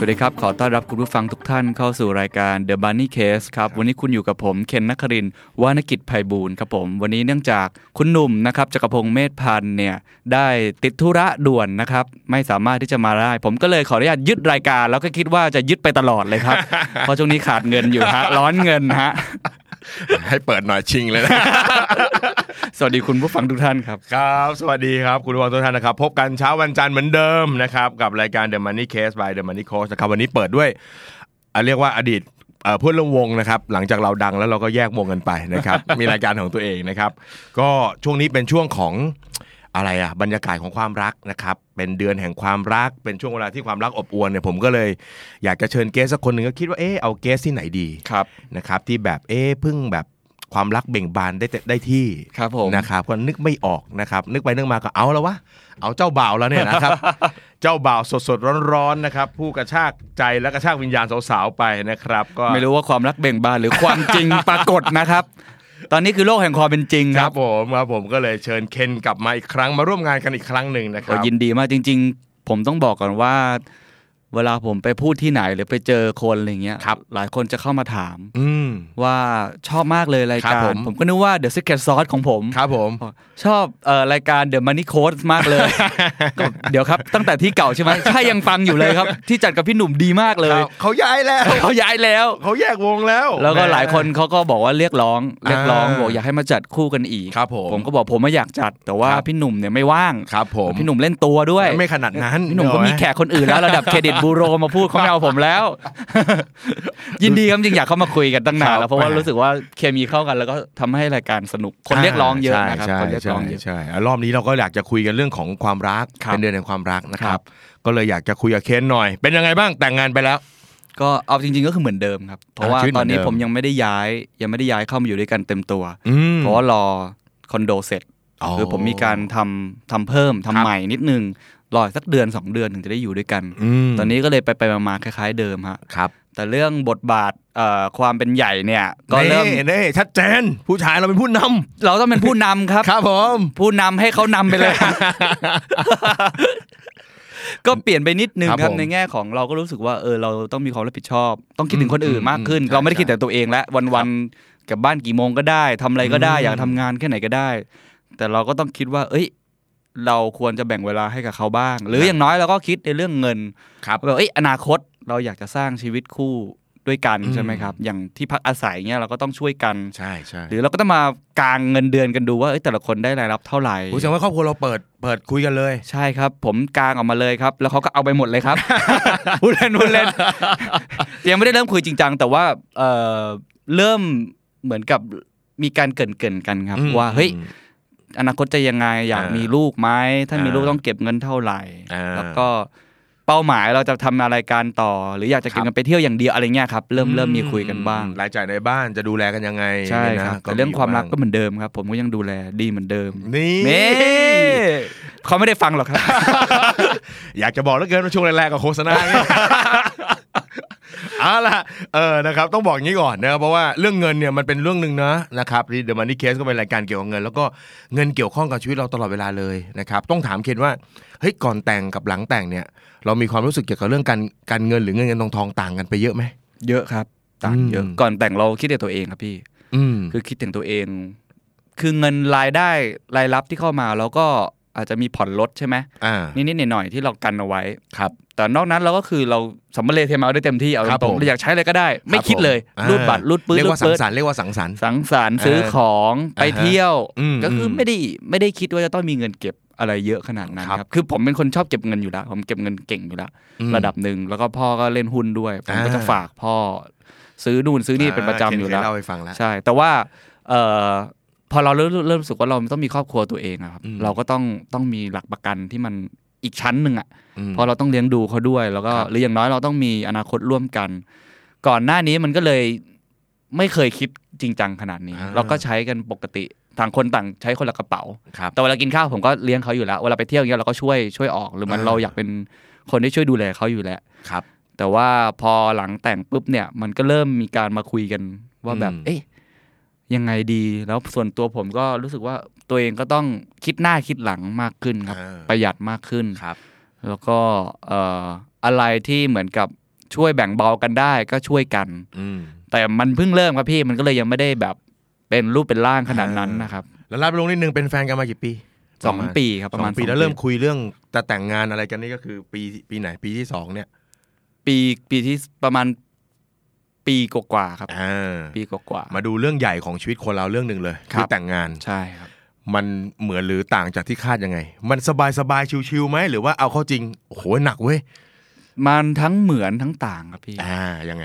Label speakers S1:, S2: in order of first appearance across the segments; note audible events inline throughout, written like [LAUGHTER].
S1: สวัสดีครับ ขอต้อนรับคุณผู้ฟังทุกท่านเข้าสู่รายการ The Bunny Case ครับ วันนี้คุณอยู่กับผมเคนนักครินทร์วานกิจไพบูลย์ครับผม วันนี้เนื่องจากคุณหนุ่มนะครับจักรพงศ์เมธพันธ์เนี่ยได้ติดธุระด่วนนะครับ ไม่สามารถที่จะมาได้ ผมก็เลยขออนุญาตยึดรายการ แล้วก็คิดว่าจะยึดไปตลอดเลยครับ เพราะช่วงนี้ขาดเงินอยู่ฮะร้อนเงินฮะ
S2: ให้เปิดหน่อยชิงเลยนะ
S1: สวัสดีคุณผู้ฟังทุกท่านครับ
S2: ครับ สวัสดีครับ คุณผู้ฟังทุกท่านนะครับ พบกันเช้าวันจันทร์เหมือนเดิมนะครับ กับรายการ The Money Case by The Money Coach นะครับ วันนี้เปิดด้วยอ่ะเรียกว่าอดีตเอ่อเพื่อนร่วมวงนะครับ หลังจากเราดังแล้วเราก็แยกวงกันไปนะครับ [LAUGHS] มีรายการของตัวเองนะครับ ก็ช่วงนี้เป็นช่วงของอะไรอะบรรยากาศของความรักนะครับ เป็นเดือนแห่งความรัก เป็นช่วงเวลาที่ความรักอบอวลเนี่ยผมก็เลยอยากจะเชิญเกสสักคนหนึ่งก็คิดว่าเออเอาเกสที่ไหนดี
S1: ครับ
S2: นะครับที่แบบเอ๊ะเพึ่งแบบความรักเบ่งบานได้แต่ได้ที่
S1: ครับผม
S2: นะครับก็นึกไม่ออกนะครับ นึกไปนึกมาก็เอาแล้ววะเอาเจ้าบ่าวแล้วเนี่ย
S1: [LAUGHS]
S2: นะครับ เจ้าบ่าวสดสดๆร้อนๆนะครับ ผู้กระชากใจและกระชากวิญญาณสาวๆไปนะครับ ก็
S1: ไม่รู้ว่าความรักเบ่งบานหรือความจริงปรากฏนะครับ ตอนนี้คือโลกแห่งความเป็นจริง
S2: ค
S1: ค
S2: รั
S1: รั
S2: บบ ผมครับผมก็เลยเชิญเคนกลับมาอีกครั้งมาร่วมงานกันอีกครั้งหนึ่งนะครั
S1: โอ้ย
S2: บ
S1: ยินดีมากจริง ๆ ผมต้องบอกก่อนว่า เวลาผมไปพูดที่ไหนหรือไปเจอคนอะไรเงี้ย
S2: ครับ
S1: หลายคนจะเข้ามาถาม
S2: อืม
S1: ว่าชอบมากเลยราย
S2: ครั
S1: การ
S2: บผม
S1: ผมก็นึกว่าเดอะ e ิ r เก s ซอสของผม
S2: ครับผม
S1: บอกชอบเอ่อรายการเดอะมันนี่โค้ดมากเลย ก็บอกเดี๋ยวครับ ตั้งแต่ที่เก่าใช่ไหมใช่ยังฟังอยู่เลยครับ ที่จัดกับพี่หนุ่มดีมากเลย
S2: ครับเขาย้ายแล้ว
S1: เขาย้ายแล้ว
S2: เขาแยกวงแล้ว
S1: แล้วก็หลายคนเขาก็บอกว่าเรียกร้องเรียกร้อง
S2: อ่า
S1: บอกอยากให้มาจัดคู่กันอีก
S2: ครับผม
S1: ก็บอกผมไม่อยากจัด แต่ว่า
S2: ครับ
S1: พี่หนุ่มเนี่ยไม่ว่าง
S2: ครับผม
S1: พี่หนุ่มเล่นตัวด้วย
S2: ไม่ขนาดนั้น
S1: พี่หนุ่มก็มีแขกคนอื่นแล้วระดับเครดิตบูโรมาพูดเขาไม่เอาผมแล้ว [LAUGHS] ยินดีครับจริงอยากเข้ามาคุยกันตั้งนาน
S2: ครั
S1: แล้ว
S2: บ
S1: เพราะว่ารู้สึกว่าเคมีเข้ากันแล้วก็ทำให้รายการสนุกคนเรียกร้องเยอะนะครับ
S2: ใช่
S1: คนเรียกร้องเยอะ
S2: ใช่ใช่อ่ะรอบนี้เราก็อยากจะคุยกันเรื่องของความรัก
S1: ครับ
S2: เป็นเดือนแห่งความรักนะค
S1: ครั
S2: รับ บ ก็เลยอยากจะคุยกับเคนหน่อย เป็นยังไงบ้างแต่งงานไปแล้ว
S1: ก็เอาจริง ๆก็คือเหมือนเดิมครับเพราะว่า
S2: ชีวิตเห
S1: ต
S2: มื
S1: อ
S2: อน นเดิ
S1: นี้
S2: ม
S1: ผมยังไม่ได้ย้ายยังไม่ได้ย้ายเข้ามาอยู่ด้วยกันเต็มตัว
S2: อืม
S1: เพราะว่ารอคอนโดเสร็จ
S2: อ๋อ
S1: คือผมมีการทำทำเพิ่มทำ
S2: ครับ
S1: ใหม่นิดนึงรออีกสักเดือน 2 เดือนถึงจะได้อยู่ด้วยกัน
S2: ม
S1: ตอนนี้ก็เลยไปไปๆมาๆคล้าย ๆ เดิมฮะ
S2: ครับ
S1: แต่เรื่องบทบาทเอ่อความเป็นใหญ่เนี่ยก็
S2: เริ่
S1: เริ่
S2: ม
S1: ม
S2: น่ชัดเจน ผู้ชายเราเป็นผู้นำ
S1: เราต้องเป็นผู้นำครับ
S2: ครับผม
S1: ผู้นำให้เขานำไปเลย ก็เปลี่ยนไปนิดนึง
S2: ครับ
S1: ครับ
S2: ผม
S1: ในแง่ของเราก็รู้สึกว่าเออเราต้องมีความรับผิดชอบ ต้องคิดถึงคนอื่น
S2: อืม
S1: มากขึ้น
S2: อืม
S1: เราไม่ได้
S2: ใช่
S1: คิดแต่ตัวเองแล้ววันๆกลับบ้านกี่โมงก็ได้ทำอะไรก็ได้
S2: อืม
S1: อยากทำงานแค่ไหนก็ได้ แต่เราก็ต้องคิดว่า เอ้ย เราควรจะแบ่งเวลาให้กับเขาบ้าง หรืออย่างน้อยเราก็คิดในเรื่องเงิน
S2: ครับ
S1: ว่าเอ้ยอนาคตเราอยากจะสร้างชีวิตคู่ด้วยกันใช่ไหมครับ อย่างที่พักอาศัยเงี้ยเราก็ต้องช่วยกัน
S2: ใช่ใช่
S1: หรือเราก็ต้องมากางเงินเดือนกันดูว่าเอ้ยแต่ละคนได้รายรับเท่าไหร่
S2: ผู้ชมว่าครอบครัวเราเปิดเปิดคุยกันเลย
S1: ใช่ครับ ผมกางออกมาเลยครับ แล้วเขาก็เอาไปหมดเลยครับ [LAUGHS] พูดเล่นพูดเล่นยังไม่ได้เริ่มคุยจริงจังแต่ว่าเอ่อเริ่มเหมือนกับมีการเกรินเกินๆกันครับ
S2: อืม
S1: ว่าเฮ้ยอนาคตจะยังไงอยาก
S2: อ่า
S1: มี
S2: มี
S1: ลูกไหมถ้ามีลูก
S2: อ่า
S1: ต้องเก็บเงินเท่าไหร่
S2: อ่า
S1: แล้วก็เป้าหมายเราจะทำอะไรการต่อ หรืออยากจะเก็บ
S2: ครับ
S1: เงินไปเที่ยวอย่างเดียวอะไรเงี้ยครับเริ่มเริ่มมีคุยกันบ้าง
S2: รายจ่ายในบ้านจะดูแลกันยังไง
S1: ใช่
S2: เนี่ย
S1: ค
S2: นะ
S1: รับแต่เรื่องความรักก็เหมือนเดิมครับ ผมก็ยังดูแลดีเหมือนเดิม
S2: นี่
S1: นี่เขาไม่ได้ฟังหรอกครับ
S2: อยากจะบอกเหลือเกินว่าช่วง [LAUGHS] แรกๆกับโฆษณาเนี่ย เอาล่ะเออนะครับต้องบอกอย่างนี้ก่อนนะครับเพราะว่าเรื่องเงินเนี่ยมันเป็นเรื่องหนึ่งนะนะครับที่เดอะมันนี่เคสก็เป็นรายการเกี่ยวกับเงิน แล้วก็เงินเกี่ยวข้องกับชีวิตเราตลอดเวลาเลยนะครับต้องถามเคนว่าเฮ้ยก่อนแต่งกับหลังแต่งเนี่ย เรามีความรู้สึกเกี่ยวกับเรื่องการการเงินหรือเงินเงินทองทองต่างกันไปเยอะไหม
S1: เยอะครับต่างเยอะ
S2: อืม
S1: ก่อนแต่งเราคิดแต่ตัวเองครับพี่
S2: อืม
S1: คือคิดถึงตัวเอง คือเงินรายได้รายรับที่เข้ามาเราก็อาจจะมีผ่อนลดใช่ไหม
S2: อ่า
S1: นิดๆหน่อยๆที่เรากันเอาไว้
S2: ครับ
S1: แต่นอกนั้นเราก็คือเราสำเร็จเทมาได้เต็มที่เอา
S2: ครับ
S1: ตรง
S2: ผม
S1: ๆเราอยากใช้อะไรก็ได้ ไม่คิดเลย
S2: ครับผม
S1: รูดบัตรรูดปื้ด
S2: เรีย
S1: รู
S2: ก
S1: ด
S2: ว่าสั
S1: ปื้
S2: ง
S1: ด
S2: สรรค์เรียกว่าสังสรรค์
S1: สังสรรค์ซื้อของไป
S2: อ่าฮะ
S1: เที่ยว
S2: อืม
S1: ก็คืออ
S2: ม
S1: ไม่ได้ไม่ได้คิดว่าจะต้องมีเงินเก็บอะไรเยอะขนาดนั้น
S2: ครับ
S1: ครับคือผมเป็นคนชอบเก็บเงินอยู่แล้วผมเก็บเงินเก่งอยู่แล้ว
S2: อืม
S1: ระดับหนึ่งแล้วก็พ่อก็เล่นหุ้นด้วย ผมก็
S2: อ่า
S1: จะฝากพ่อ ซื้อนู่นซื้อนี่เป็นประจำอยู่แล้ว
S2: เคนเคเล่าให้ฟังแล้ว
S1: ใช่ แต่ว่าเอ่อพอเราเริ่มเริ่มรู้สึกว่าเราต้องมีครอบครัวตัวเองอะครับ
S2: อืม
S1: เราก็ต้องต้องมีหลักประกันที่มันอีกชั้นหนึ่งอะ
S2: อืม
S1: เพราะเราต้องเลี้ยงดูเขาด้วย แล้วก็
S2: ครับ
S1: หรืออย่างน้อยเราต้องมีอนาคตร่วมกัน ก่อนหน้านี้มันก็เลยไม่เคยคิด จริงจังขนาดนี้
S2: อ่า
S1: เราก็ใช้กันปกติต่างคนต่างใช้คนละกระเป๋า
S2: ครับ
S1: แต่เวลากินข้าวผมก็เลี้ยงเขาอยู่แล้วเวลาไปเที่ยวอย่างเงี้ยเราก็ช่วยช่วยออกหรือมัน
S2: อ่า
S1: เราอยากเป็นคนที่ช่วยดูแลเขาอยู่แล้ว
S2: ครับ
S1: แต่ว่าพอหลังแต่งปุ๊บเนี่ยมันก็เริ่มมีการมาคุยกันว่าแบบ
S2: อืม
S1: เอ๊ะยังไงดีแล้วส่วนตัวผมก็รู้สึกว่าตัวเองก็ต้องคิดหน้าคิดหลังมากขึ้นครับ
S2: อ่า
S1: ประหยัดมากขึ้น
S2: ครับ
S1: แล้วก็เอ่ออะไรที่เหมือนกับช่วยแบ่งเบากันได้ก็ช่วยกัน
S2: อืม
S1: แต่มันเพิ่งเริ่มครับพี่มันก็เลยยังไม่ได้แบบเป็นรูปเป็นร่างขนาดนั้นนะครับ
S2: แล้วลาบลงนิดนึงเป็นแฟนกันมากี่ปี
S1: สอง
S2: ระมาณ
S1: ปีครับ
S2: ส
S1: ประ
S2: อ
S1: มาณ
S2: งปี
S1: สอง
S2: แล้วเริ่มคุยเรื่องจะแต่งงานอะไรกันนี่ก็คือปีปีไหนปีที่สองเนี่ย
S1: ปีปีที่ประมาณปีกว่าๆครับ
S2: อ่า
S1: ปีกว่าๆ
S2: มาดูเรื่องใหญ่ของชีวิตคนเราเรื่องหนึ่งเลย
S1: ครับ
S2: แต่งงาน
S1: ใช่ครับ
S2: มันเหมือนหรือต่างจากที่คาดยังไง มันสบายสบายๆชิวๆไหมหรือว่าเอาเข้าจริงโอ้โหหนักเว้ย
S1: มันทั้งเหมือนทั้งต่างครับพี่
S2: อ่ายังไง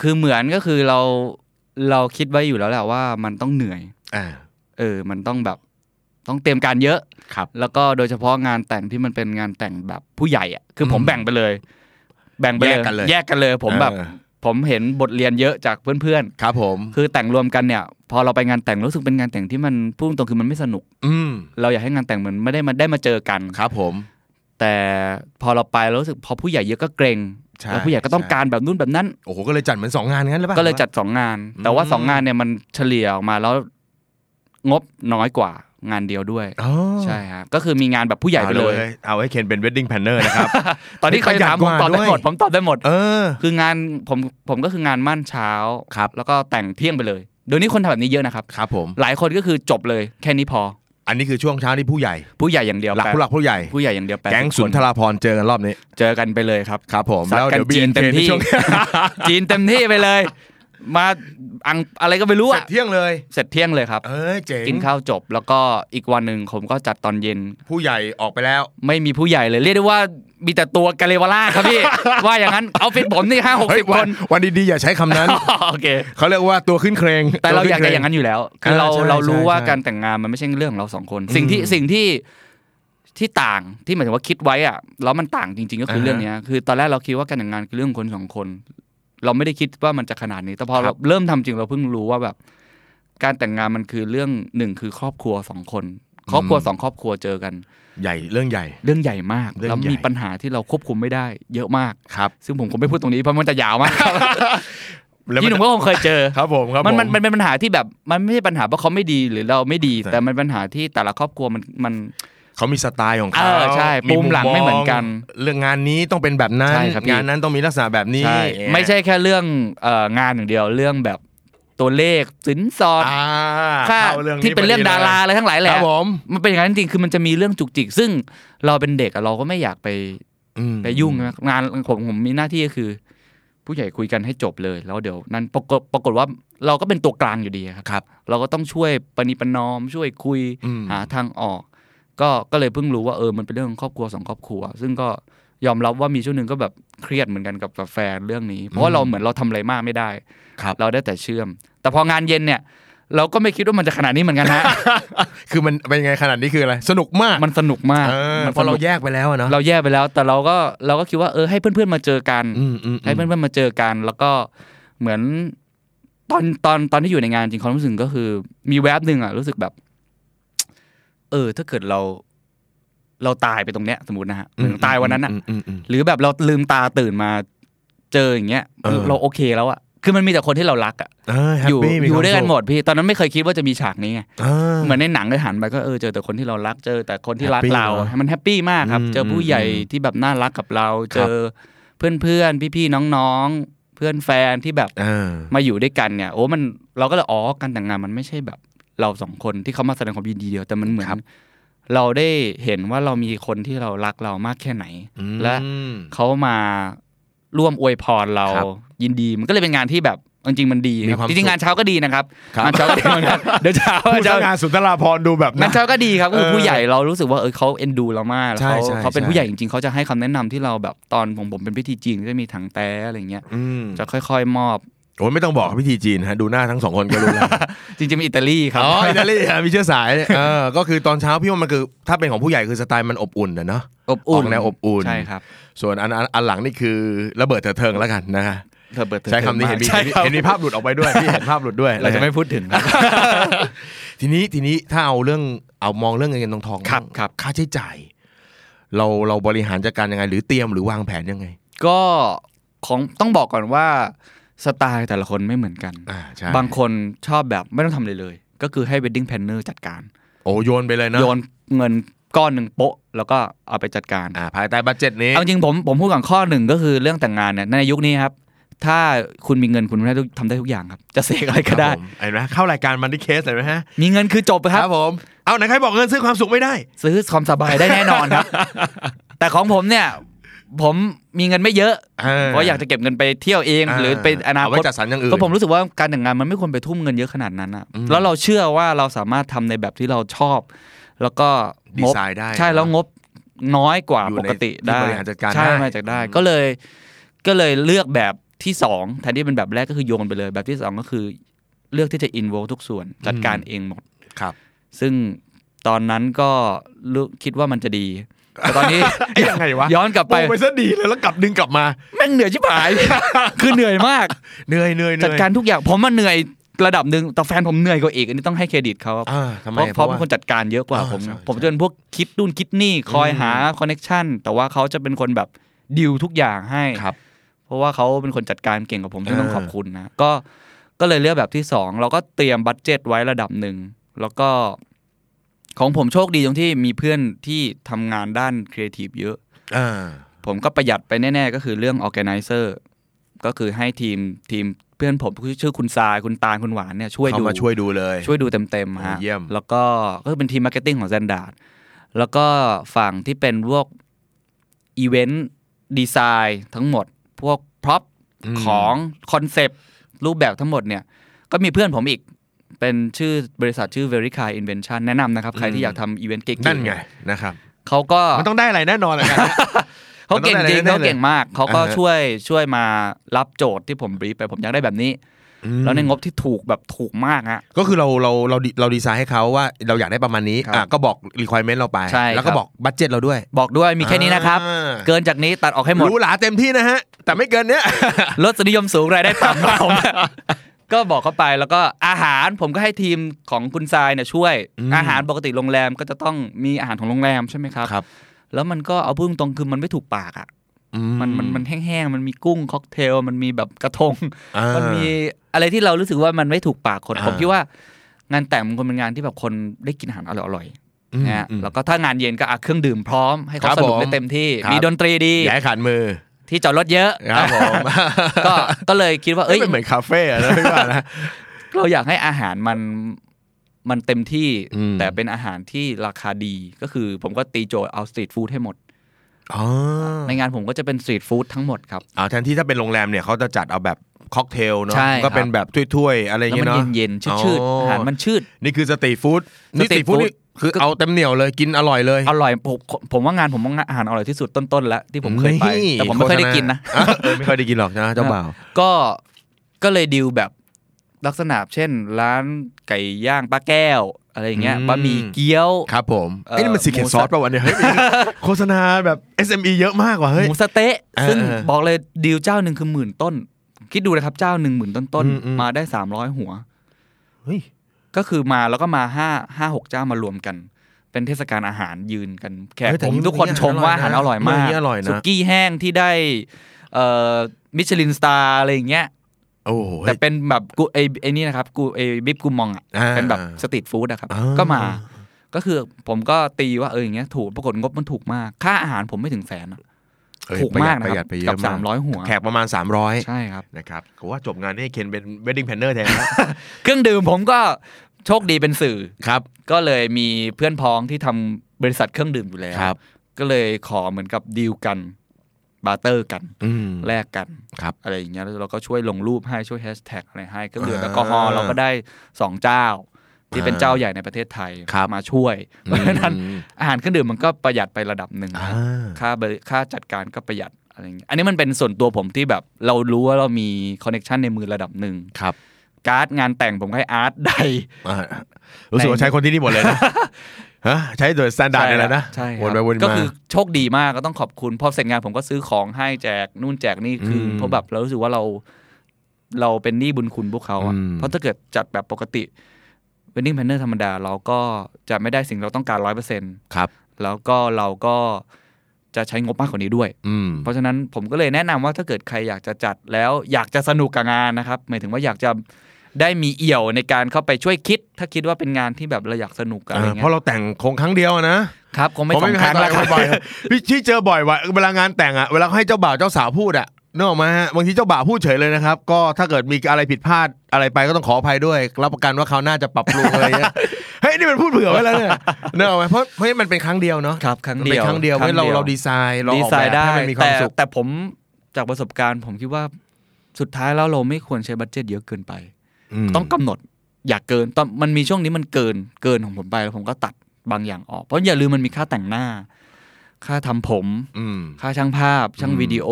S1: คือเหมือนก็คือเราเราคิดไว้อยู่แล้วแหละว่ามันต้องเหนื่อย
S2: อ่า
S1: เออ มันต้องแบบต้องเตรียมการเยอะ
S2: ครับ
S1: แล้วก็โดยเฉพาะงานแต่งที่มันเป็นงานแต่งแบบผู้ใหญ่อะคือผม
S2: อืม
S1: แบ่งไปเลย แบ่งไป
S2: แยกกันเลย
S1: แยกกันเลย ผม
S2: เออ
S1: แบบผมเห็นบทเรียนเยอะจากเพื่อน
S2: ครับผม
S1: ๆ คือแต่งรวมกันเนี่ย พอเราไปงานแต่งรู้สึกเป็นงานแต่งที่มันพูดตรงๆคือมันไม่สนุก
S2: อืม
S1: เราอยากให้งานแต่งเหมือนไม่ได้มาได้มาเจอกัน
S2: ครับผม
S1: แต่พอเราไปเรารู้สึกพอผู้ใหญ่เยอะก็เกรง
S2: ใช่
S1: แล้วผู้ใหญ่ก็ต้องการแบบนู่นแบบนั้น
S2: โอ้โหก็เลยจัดเหมือนสองงานงั้นหรือเปล่า
S1: ก็เลยจัดสองงาน
S2: อืม
S1: แต่ว่าสองงานเนี่ยมันเฉลี่ยออกมาแล้วงบน้อยกว่างานเดียวด้วย
S2: อ๋อ
S1: ใช่ฮะก็คือมีงานแบบผู้ใหญ่ไปเลย
S2: อาเอาให้เคนเป็น wedding planner
S1: [LAUGHS]
S2: นะครับ
S1: ตอนนี้ใครถามผมตอบได้หมด ผมตอบได้หมด
S2: เออ
S1: คืองานผมผมก็คืองานมั่นเช้า
S2: ครับ
S1: แล้วก็แต่งเที่ยงไปเลยเดี๋ยวนี้คนทำแบบนี้เยอะนะครับ
S2: ครับผม
S1: หลายคนก็คือจบเลยแค่นี้พอ
S2: อันนี้คือช่วงเช้าที่ผู้ใหญ่
S1: ผู้ใหญ่อย่างเดียว
S2: หลัก
S1: แปด
S2: ผู้หลักผู้ใหญ่
S1: ผู้ใหญ่อย่างเดียวแปด
S2: แก๊ง
S1: สิบ
S2: สุน
S1: ค
S2: ทราพรณ์เจอกันรอบนี้
S1: เจอกันไปเลยครับ
S2: ครับผม
S1: ซัด
S2: แล้ว
S1: กัน
S2: เดี๋ยวบี
S1: จีน
S2: นเ
S1: เต็มที่
S2: ช่วง [LAUGHS]
S1: [LAUGHS] จีนเต็มที่ไปเลย มาอังอะไรก็ไม่รู้
S2: เสร็
S1: อะ
S2: จเที่ยงเลย
S1: เสร็จเที่ยงเลยครับ
S2: เอ้ยเจ๋ง
S1: กินข้าวจบแล้วก็อีกวันหนึ่งผมก็จัดตอนเย็น
S2: ผู้ใหญ่ออกไปแล้ว
S1: ไม่มีผู้ใหญ่เลยเรียกได้ว่ามีแต่ตัวกาเลวาล่าครับพี่
S2: [LAUGHS]
S1: ว่าอย่างนั้นเอาฟิตผมนี่ห้าหก
S2: เฮ้ย
S1: สิบค
S2: วัน
S1: น
S2: วันดีๆ อย่าใช้คำ
S1: [LAUGHS]
S2: นั้น
S1: โอเค
S2: เขาเรียกว่าตัวขึ้นเครง
S1: แต่เราอยาก
S2: ตั
S1: จะ
S2: วขึ้นค
S1: อย่างนั้นอยู่แล้ว คือเรา
S2: เออใช่
S1: เรารู้ว่า
S2: ใช่ใช่
S1: การแต่งงานมันไม่ใช่เรื่องของเราสองคน
S2: อืม
S1: สิ่งที่สิ่งที่ที่ต่างที่หมายถึงว่าคิดไว้อะแล้วมันต่างจริง ๆ ก็คือ
S2: อ่าฮะ
S1: เรื่องเนี้ยคือตอนแรกเราคิดว่าการแต่งงานคือเรื่องของคนสองคน เราไม่ได้คิดว่ามันจะขนาดนี้ แต่พอ
S2: ครั
S1: เรา
S2: บ
S1: เริ่มทำจริงเราเพิ่งรู้ว่าแบบ การแต่งงานมันคือเรื่องหนึ่งคือครอบครัวสองคน ครอบครัวสองครอบครัวเจอกัน
S2: ใหญ่เรื่องใหญ่
S1: เรื่องใหญ่มาก
S2: เรื่อง
S1: แล้ว
S2: ใหญ่
S1: มีปัญหาที่เราควบคุมไม่ได้ เยอะมาก
S2: ครับ
S1: ซึ่งผมคงไม่พูดตรงนี้เพราะมันจะยาวมาก
S2: แล้วมั
S1: พี่หนุ่ม
S2: น
S1: ก็คงเคยเจอ
S2: ครับผมครับ
S1: มัน
S2: ผ
S1: มันมันเป็นปัญหาที่แบบมันไม่ใช่ปัญหาเพราะเขาไม่ดีหรือเราไม่ดี
S2: ใช่
S1: แต่มันปัญหาที่แต่ละครอบครัวมันมัน
S2: เขามีสไตล์ของ
S1: เอ
S2: เขา
S1: อใช่
S2: มี
S1: ปูมหลังไม่เหมือนกัน
S2: เรื่องงานนี้ต้องเป็นแบบนั้น
S1: ใช่ครับพี่
S2: งานนั้นต้องมีลักษณะแบบนี้
S1: ใช่ไม่ใช่แค่เรื่องเอ่องานอย่างเดียวเรื่องแบบตัวเลขสินสอด
S2: อ่า
S1: ค่า
S2: ข้า
S1: ที่เป็นเรื่องดาราอะไรทั้งหลายแห
S2: ค
S1: ละ
S2: รับผม
S1: มันเป็นอย่างนั้นจริงๆคือมันจะมีเรื่องจุกจิก ซึ่งเราเป็นเด็กอะเราก็ไม่อยากไป
S2: อืม
S1: ไปยุ่งนะงานผมผมมีหน้าที่ก็คือ ผู้ใหญ่คุยกันให้จบเลย แล้วเดี๋ยวนั้นปรากฏปรากฏว่าเราก็เป็นตัวกลางอยู่ดีครับ
S2: ครับ
S1: เราก็ต้องช่วยปณิประนอมช่วยคุย
S2: อืม
S1: หาทางออก ก็ก็เลยเพิ่งรู้ว่าเออมันเป็นเรื่องของครอบครัวสองครอบครัว ซึ่งก็ยอมรับว่ามีช่วงหนึ่งก็แบบเครียดเหมือนกันกับกับแฟนเรื่องนี้ เพราะว่าเราเหมือนเราทำอะไรมากไม่ได้
S2: ครับ
S1: เราได้แต่เชื่อม แต่พองานเย็นเนี่ย เราก็ไม่คิดว่ามันจะขนาดนี้เหมือนกันฮะ [LAUGHS]
S2: คือมันเป็นยังไงขนาดนี้คืออะไร สนุกมาก
S1: มันสนุกมาก
S2: เออ
S1: มัน
S2: เพราะเรา
S1: สนุก
S2: แยกไปแล้วอะเนาะ
S1: เราแย่ไปแล้ว แต่เราก็เราก็คิดว่าเออให้เพื่อนๆมาเจอกัน
S2: อืมอืม
S1: ให้เพื่อนๆมาเจอกัน แล้วก็เหมือนตอนตอนตอนที่อยู่ในงานจริงความรู้สึกก็คือ มีแวบหนึ่งอะรู้สึกแบบ เออ ถ้าเกิดเรา เราตายไปตรงเนี้ย สมมตินะฮะเหมือนตายวันนั้นอะ
S2: มมอืม
S1: หรือแบบเราลืมตาตื่นมา เจออย่างเงี้ย
S2: เออ
S1: เราโอเคแล้วอะคือมันมีแต่คนที่เรารักอะ
S2: เออแฮป
S1: อยู่
S2: ปี้มี
S1: อ
S2: ค
S1: ยู่
S2: วาม
S1: ด้วยกัน
S2: สุข
S1: หมดพี่ตอนนั้นไม่เคยคิดว่าจะมีฉากนี้ไง
S2: เออ
S1: เหมือนในหนังเลยหันไปก็เออเจอแต่คนที่เรารักเจอ แต่คนที่รัก
S2: Happy
S1: เรา
S2: เนอะ
S1: ให้มันแฮปปี้มากครับ
S2: อืม
S1: เจอผู้ใหญ่
S2: อืม
S1: ที่แบบน่ารักกับเรา
S2: ค
S1: เจ
S2: รับ
S1: อเพื่อนเพื่อนๆพี่ๆน้องๆเพื่อนแฟนที่แบบ
S2: เออ
S1: มาอยู่ด้วยกันเนี่ยโอ้มันเราก็เลยอ๋อการแต่งงานมันไม่ใช่แบบเราสองคนที่เขามาแสดงความยินดีเดียวแต่มันเหมือน
S2: ครับ
S1: เราได้เห็นว่าเรามีคนที่เรารักเรามากแค่ไหน
S2: อืม
S1: และเขามาร่วมอวยพรเรา
S2: ครับ
S1: ยินดีมันก็เลยเป็นงานที่แบบจริงๆมันดีค
S2: มี
S1: รับ
S2: ความ
S1: จริ
S2: สุ
S1: งๆ
S2: ข
S1: งานเช้าก็ดีนะครับ
S2: ครับ
S1: งานเช้าก็ดีเหมือนกันเดี๋ยวเช้า
S2: ผู้
S1: เช้า
S2: จ้างงานสุนทราพรณ์ดูแบบ
S1: งา
S2: นั้
S1: น
S2: น
S1: เช้าก็ดีครับก็คือ
S2: เออ
S1: ผู้ใหญ่เรารู้สึกว่าเออเขาเอ็นดูเรามากแล้ว
S2: ใช่
S1: เขา
S2: ใช่
S1: เขาเป็น
S2: ใช่
S1: ผู้ใหญ่จริงๆเขาจะให้คำแนะนำที่เราแบบตอนผมผมเป็นพิธีจีนก็จะมีถังแต้อะไรอย่างเงี้ย
S2: อืม
S1: จะค่อยๆ มอบ
S2: โอ้ยไม่ต้องบอกครับพิธีจีนฮะดูหน้าทั้งสองคนก็รู้แล้ว
S1: [LAUGHS] จริงๆเป็นอิตาลีครับ
S2: อ๋ออิตาลีฮะมีเชื้อสาย
S1: [LAUGHS]
S2: เออก็คือตอนเช้าพี่ว่ามันคือถ้าเป็นของผู้ใหญ่คือสไตล์มันอบอุ่นนะเนาะ
S1: อบอุ่น
S2: ออกแนวอบอุ่น
S1: ใช่ครับ
S2: ส่วนอันอันอันหลังนี่คือระเบิดเถิดเทิงแล้วกันนะฮะ
S1: เธอเปิดเธอ
S2: ใช้คำนี้เห็นมี
S1: ใช่ครับ
S2: เห็นมีภาพหลุดออกไป
S1: [LAUGHS]
S2: ด้วยพี่เห็นภาพหลุดด้วย
S1: เราจะไม่
S2: นฮ
S1: พูดถึง
S2: [LAUGHS]
S1: ครับ
S2: ทีนี้ทีนี้ถ้าเอาเรื่องเอามองเรื่องเงินเงินทองทอง
S1: ครับครับ
S2: ค่าใช้จ่าย เราเราบริหารจัดการยังไง หรือเตรียมหรือวางแผนยังไง
S1: ก็ของต้องบอกก่อนว่าสไตล์แต่ละคนไม่เหมือนกัน
S2: อ่าใช่
S1: บางคนชอบแบบไม่ต้องทำเลยเลย ก็คือให้ wedding planner จัดการ
S2: โอ้โยนไปเลยเนอะ
S1: โยนเงินก้อนหนึ่งโปะแล้วก็เอาไปจัดการ
S2: อ่าภายใต้บัตเจ็ตนี้
S1: เอาจริงผมผมพูดก่อนข้อหนึ่งก็คือเรื่องแต่งงานเนี่ยในยุคนี้ครับ ถ้าคุณมีเงินคุณทำได้ทุกทำได้ทุกอย่างครับ จะเสกอะไรก็ได้
S2: ครับผมเห็นไหมเข้ารายการมันที่เคสเห็นไหมฮะ
S1: มีเงินคือจบค
S2: ครับ รับผมเอาไหนใครบอกเงินซื้อความสุขไม่ได้
S1: ซื้อความสบายได้แน่นอนครับ แต่ของผมเนี่ย ผมมีเงินไม่เยอะ
S2: เออ
S1: เพราะอยากจะเก็บเงินไปเที่ยวเอง หรือเป็นอนา
S2: เอา
S1: ค
S2: ไว้
S1: ต
S2: จัดสรรอย่างอื่น
S1: ก็ผมรู้สึกว่าการแต่งงานมันไม่ควรไปทุ่มเงินเยอะขนาดนั้นอ่ะ
S2: อืม
S1: แล้วเราเชื่อว่าเราสามารถทำในแบบที่เราชอบ แล้วก็งบ
S2: ดีไซน์ได้
S1: ใช่แล้วงบน้อยกว่า
S2: อยู่
S1: ป
S2: ใน
S1: กติ
S2: ที่
S1: ได้
S2: บริหารจัดการ
S1: ใช่
S2: ได้
S1: มาจากได้ ก็เลยก็เลยเลือกแบบที่สองแทนที่เป็นแบบแรกก็คือโยนไปเลย แบบที่สองก็คือเลือกที่จะอินโวทุกส่วนจัดการเองหมด
S2: ครับ
S1: ซึ่งตอนนั้นก็รู้คิดว่ามันจะดี แต่ตอนนี้
S2: เอ้ยยังไงวะ
S1: ย้อนกลับไป
S2: โอ้ไปซะดีเลยแล้วกลับดึงกลับมา
S1: แม่งเหนื่อยชิบหาย คือเหนื่อยมาก
S2: เหนื่อยเหนื่อยเหนื่
S1: จั
S2: อ
S1: ด
S2: ย
S1: การทุกอย่างผมมันเหนื่อยระดับหนึ่งแต่แฟนผมเหนื่อยกว่าอีกอันนี้ต้องให้เครดิตเขาครับ
S2: อ่าทำไม
S1: เพราะเพราะเป็น
S2: ว่
S1: คนจัดการเยอะกว่า
S2: อ่า
S1: ผม
S2: ใช่
S1: ผมจะเป็นพวกคิดนู่นคิดนี่คอย
S2: อืม
S1: หาคอนเน็ชันแต่ว่าเขาจะเป็นคนแบบดิวทุกอย่างให้
S2: ครับ
S1: เพราะว่าเขาเป็นคนจัดการเก่งกับผมซึ่ง
S2: เออ
S1: ต้องขอบคุณนะ ก็ก็เลยเลือกแบบที่สองเราก็เตรียมบัตเจ็ตไว้ระดับหนึ่ง แล้วก็ ของผมโชคดีตรงที่มีเพื่อนที่ทำงานด้านครีเอทีฟเยอะ
S2: อ่า
S1: ผมก็ประหยัดไปแน่ ๆ ก็คือเรื่องออ g a n i เซอร์ก็คือให้ทีมทีมเพื่อนผมชื่อคุณทรายคุณตาลคุณหวานเนี่ยช่วย
S2: เขา
S1: ดู
S2: มาช่วยดูเลย
S1: ช่วยดูเต็มๆฮะ
S2: โอ้เยี่ยม
S1: แล้วก็ก็เป็นทีมมาร์เก็ตติ้งของแซนดาร์ดแล้วก็ฝั่งที่เป็นพวกอีเวนต์ดีไซน์ทั้งหมด พวกพร็อพ
S2: ม
S1: ของคอนเซปต์รูปแบบทั้งหมดเนี่ย ก็มีเพื่อนผมอีก เป็นชื่อบริษัทชื่อ Verify Invention แนะนำนะครับ ใครที่อยากทำอีเวนต์เก๋ๆ
S2: นั่นไงนะครับ
S1: เขาก็
S2: มันต้องได้อะไรแน่นอนเลยนะ
S1: เขาเก่งจริง
S2: มันต้องได้
S1: เขาเก่งมาก เขาก็
S2: อ่าฮะ
S1: ช่วยช่วยมารับโจทย์ที่ผมบรีฟไปผมอยากได้แบบนี้ แล้วในงบที่ถูกแบบถูกมากฮะ
S2: [LAUGHS] ก็คือเราเราเราดิเราดีไซน์ให้เขาว่าเราอยากได้ประมาณนี้
S1: ครับ
S2: อ่ะก็บอก requirement เราไป
S1: ใช่
S2: แล้ว
S1: ค
S2: ก็
S1: รับ
S2: บอกบัตเจ็ตเราด้วย
S1: บอกด้วยมีแค่นี้นะครับ
S2: อ่า
S1: เกินจากนี้ตัดออกให้หมด
S2: รู้หลาเต็มที่นะฮะ แต่ไม่เกินเนี้ย
S1: รสนิยมสูงรายได้ต่ำ ผม [LAUGHS] ก็บอกเขาไปแล้วก็อาหารผมก็ให้ทีมของคุณทรายเนี่ยช่วย
S2: อืม
S1: อาหารปกติโรงแรมก็จะต้องมีอาหารของโรงแรมใช่ไหมครับ
S2: ครับ
S1: แล้วมันก็เอาพูดตรงๆคือมันไม่ถูกปากอ่ะมันมันมันแห้งๆมันมีกุ้งค็อกเทล มันมีแบบกระทง
S2: อ่า
S1: มันมีอะไรที่เรารู้สึกว่ามันไม่ถูกปากคน
S2: อ่า
S1: ผมคิดว่างานแต่งมันควรเป็นงานที่แบบคนได้กินอาหารอร่อย
S2: อืม
S1: ๆนะฮะ
S2: อืม
S1: แล้วก็ถ้างานเย็นก็อ่ะเครื่องดื่มพร้อมให้
S2: ค
S1: เขา
S2: รับ
S1: สนุกได้
S2: ผม
S1: เต็มที่
S2: ครับ
S1: มีดนตรีดี
S2: อย่าให้ขาดมือ
S1: ที่จอดรถเยอะ
S2: ครับผม
S1: ก็ [LAUGHS] ก็เลยคิดว่าเอ้
S2: เอ้
S1: ย
S2: ยเป็นเหมือนคาเฟ่อะนะพี่ว่านะ
S1: เราอยากให้อาหารมันมันเต็มที่
S2: อืม
S1: แต่เป็นอาหารที่ราคาดีก็คือผมก็ตีโจทย์เอาสตรีทฟู้ดให้หมด
S2: อ๋อ
S1: ในงานผมก็จะเป็นสตรีทฟู้ดทั้งหมดครับ
S2: เอาแทนที่ถ้าเป็นโรงแรมเนี่ยเขาจะจัดเอาแบบค็อกเทลเนาะ
S1: ใช่ครับ
S2: ก็เป็นแบบถ้วยๆอะไรอย่าง
S1: แล้วมั
S2: เงี้ยเนาะ
S1: เย็นๆชืด
S2: อ๋อ
S1: ๆ
S2: อ
S1: อาหารมันชืด
S2: นี่คือสตรีทฟู้ดนี่สตรีทฟู้ด
S1: food
S2: นี่คือเอาเต็มเหนียวเลยกินอร่อยเลย
S1: อร่อยผมผมว่างานผมว่างานอาหารอร่อยที่สุดต้นๆแล้วที่ผมเคยไป
S2: นี่
S1: แต่ผมไม่เคยได้กินนะ
S2: โฆษณาเออไม่เคยได้กินหรอก
S1: [LAUGHS]
S2: นะเจ้าบ่าว
S1: ก็ก็เลยดีลแบบลักษณะเช่น ร้านไก่ย่างป้าแก้ว อะไรอย่างเงี้ย
S2: อืม
S1: บะหมี่เกี๊ยว
S2: ครับผม
S1: เอ่อ
S2: ไอ้ยนี่มันสีเขีย
S1: หมู
S2: ซอ
S1: สั
S2: ส
S1: บ
S2: ป่ะวันเนี่ยเฮ้ยโฆษณาแบบ SME เยอะมากว่ะ
S1: ห
S2: เฮ้ย
S1: มูสะเต๊ะ
S2: เออ
S1: ซึ่ง
S2: เออ
S1: บอกเลยดีลเจ้าหนึ่งคือหมื่นต้น คิดดูนะครับเจ้าหนึ่งหมื่นต้นต้น
S2: อืมอืม
S1: มาได้สามร้อยหัว
S2: เฮ้ย
S1: ก็คือมาแล้วก็มาห้าห้าหกเจ้ามารวมกัน เป็นเทศกาลอาหารยืนกันแขก
S2: เฮ้ยแต่
S1: ผมทุกคนชมว่าอาหารอร่อยมาก
S2: นี่อร่อย
S1: สุ
S2: นะ
S1: กี้แห้งที่ได้เอ่อมิชลินสตาร์อะไรอย่างเงี้ย
S2: โอ้โห
S1: แต่เป็นแบบกูไอไอนี่นะครับกูไอบิ๊บกูมองอ่ะ
S2: อ่า
S1: เป็นแบบสตรีทฟู้ดอะครับ
S2: อ่า
S1: ก็มาก็คือผมก็ตีว่าเอออย่างเงี้ยถูกปรากฏงบมันถูกมาก ค่าอาหารผมไม่ถึงแสนอะ
S2: เอ้ย
S1: ถูกมากนะ
S2: ประ
S1: ค
S2: หยั
S1: รั
S2: ด
S1: บ
S2: ประหยัด
S1: กั
S2: ไปเยอะ
S1: บสามร้อยหัว
S2: แขกประมาณ 300
S1: ใช่ครับ
S2: นะครับผมว่าจบงานนี่เคนเป็น wedding planner แทนนะ
S1: เครื่องดื่มผมก็โชคดีเป็นสื่อ
S2: ครับ
S1: ก็เลยมีเพื่อนพ้องที่ทำบริษัทเครื่องดื่มอยู่แล้ว
S2: ครับ
S1: ก็เลยขอเหมือนกับดีลกันบาร์เตอร์กัน
S2: อืม
S1: แลกกัน
S2: ครับ
S1: อะไรอย่างเงี้ยแล้วเราก็ช่วยลงรูปให้ช่วยแฮชแท็กอะไรให้เครื่องดื่มแอ
S2: อ่า
S1: ลกอฮอล์เราก็ได้สองเจ้า ที่เป็นเจ้าใหญ่ในประเทศไทย
S2: ครับ
S1: มาช่วย เพราะฉะนั้น
S2: อืม
S1: อาหารเครื่องดื่มมันก็ประหยัดไประดับหนึ่ง
S2: อ่า
S1: นะ ค่าบริค่าจัดการก็ประหยัดอะไรอย่างเงี้ย อันนี้มันเป็นส่วนตัวผมที่แบบเรารู้ว่าเรามีคอนเน็ชันในมือระดับหนึ่ง
S2: ครับ
S1: การ์ดงานแต่งผมให้อาร์ตใด
S2: อ่ารู้สึกว่าใช้คนที่นี่หม
S1: [LAUGHS]
S2: ดเลยนะ ฮะใช้ [LAUGHS] โดย standard เนี่ยแหละนะ
S1: ใช่ครับ
S2: วนไปวน
S1: ก็
S2: มา
S1: คือโชคดีมากก็ต้องขอบคุณ พอเสร็จงานผมก็ซื้อของให้แจกนู่นแจกนี่คืออ
S2: ม
S1: เพราะแบบเรารู้สึกว่าเรา เราเป็นหนี้บุญคุณพวกเขาอะ
S2: อืม
S1: เพราะถ้าเกิดจัดแบบปกติเวดดิ้งแพนเนอร์ธรรมดา เราก็จะไม่ได้สิ่งเราต้องการร้อยเปอร์เซ็น
S2: ครับ
S1: แล้วก็เราก็จะใช้งบมากกว่านี้ด้วย
S2: อืม
S1: เพราะฉะนั้นผมก็เลยแนะนำว่าถ้าเกิดใครอยากจะจัดแล้วอยากจะสนุกกับงานนะครับหมายถึงว่าอยากจะได้มีเอี่ยวในการเข้าไปช่วยคิด ถ้าคิดว่าเป็นงานที่แบบเราอยากสนุกกับอะไร
S2: อ่าเพ
S1: เงี้ย
S2: ราะเราแต่งคงครั้งเดียวอะนะครับ
S1: คงไม่
S2: เพราะ
S1: สองครั้ง
S2: ใค
S1: แล้วค
S2: ต่
S1: รั
S2: อบ ยบ่อยๆพี่ที่เจอบ่อยว่ะเวลางานแต่งอ่ะเวลาให้เจ้าบ่าวเจ้าสาวพูดอ่ะนึกออกไหมาฮะบางทีเจ้าบ่าวพูดเฉยเลยนะครับ ก็ถ้าเกิดมีอะไรผิดพลาดอะไรไปก็ต้องขออภัยด้วยรับประกันว่าคราวหน้าจะปรับปรุงอะไร
S1: [LAUGHS]
S2: เงี้ยเฮ้ยนี่มันพูดเผื่อไว้แล้วเนี่ยนึกออกไหมเพราะเพราะมันเป็นครั้งเดียวเนาะ
S1: ครับครั้ง
S2: มัน
S1: เดี
S2: เป็น
S1: ยว
S2: ครั้งเดียวเพราะฉะนั้นเราเราดีไซน์เราอ
S1: ดี
S2: อก
S1: ไซ
S2: แบบ
S1: น์ได้
S2: ให้มันมีความ
S1: แต่
S2: สุข
S1: แต่ผมจากประสบการณ์ ผมคิดว่าสุดท้ายแล้วเราไม่ควรใช้บัตเจ็ตเยอะเกินไป
S2: ม
S1: ต้องกำหนดอย่าเกินตอนมันมีช่วงนี้มันเกินเกินของผมไปแล้วผมก็ตัดบางอย่างออกเพราะอย่าลืมมันมีค่าแต่งหน้า ค่าทำผม
S2: อืม
S1: ค่าช่างภาพ ช่างวิดีโอ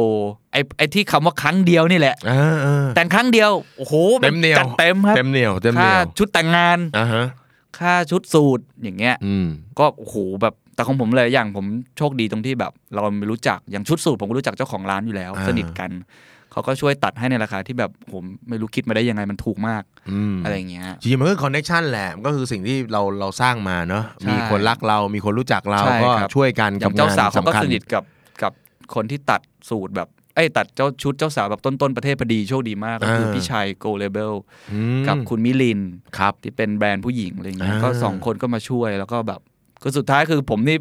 S1: ไอ้ไอ้ที่คำว่าครั้งเดียวนี่แหละ
S2: อ่าอ่า
S1: แต่งครั้งเดียว โอ้โห
S2: เต็มเหนี่ยว
S1: จัดเต็มครับ
S2: เต็มเหนียวเต็มเหนี
S1: ค่า
S2: ยว
S1: ชุดแต่งงาน
S2: อ่าฮะ
S1: ค่าชุดสูทอย่างเงี้ย
S2: อืม
S1: ก็โอ้โหแบบแต่ของผมเลยอย่างผมโชคดีตรงที่แบบ เราไม่รู้จักอย่างชุดสูทผมก็รู้จักเจ้าของร้านอยู่แล้ว สนิทกันเขาก็ช่วยตัดให้ในราคาที่แบบผมไม่รู้คิดมาได้ยังไงมันถูกมาก
S2: อืม
S1: อะไรอย่างเงี้ย
S2: จริงๆมันคือคอนเน็ชันแหละมันก็คือสิ่งที่เราเราสร้างมาเนอะ
S1: ใช่
S2: มีคนรักเรา มีคนรู้จักเรา
S1: ใช่
S2: ก็
S1: ครับ
S2: ช่วยกัน
S1: อ
S2: กั
S1: ย่า
S2: บ
S1: ง
S2: งา
S1: เจ้าสาวน เขาก็
S2: สำคัญ
S1: สนิทกับกับคนที่ตัดสูตรแบบไอ้ยตัดเจ้าชุดเจ้าสาวแบบต้นๆประเทศพอดีโชคดีมากก็คืออา พี่ชัยโกเลเบล
S2: อืม
S1: กับคุณมิลิน
S2: ครับ
S1: ที่เป็นแบรนด์ผู้หญิงอะไรเงี้ย
S2: อ่า
S1: ก็สองคนก็มาช่วยแล้วก็แบบก็สุดท้ายคือผมนี่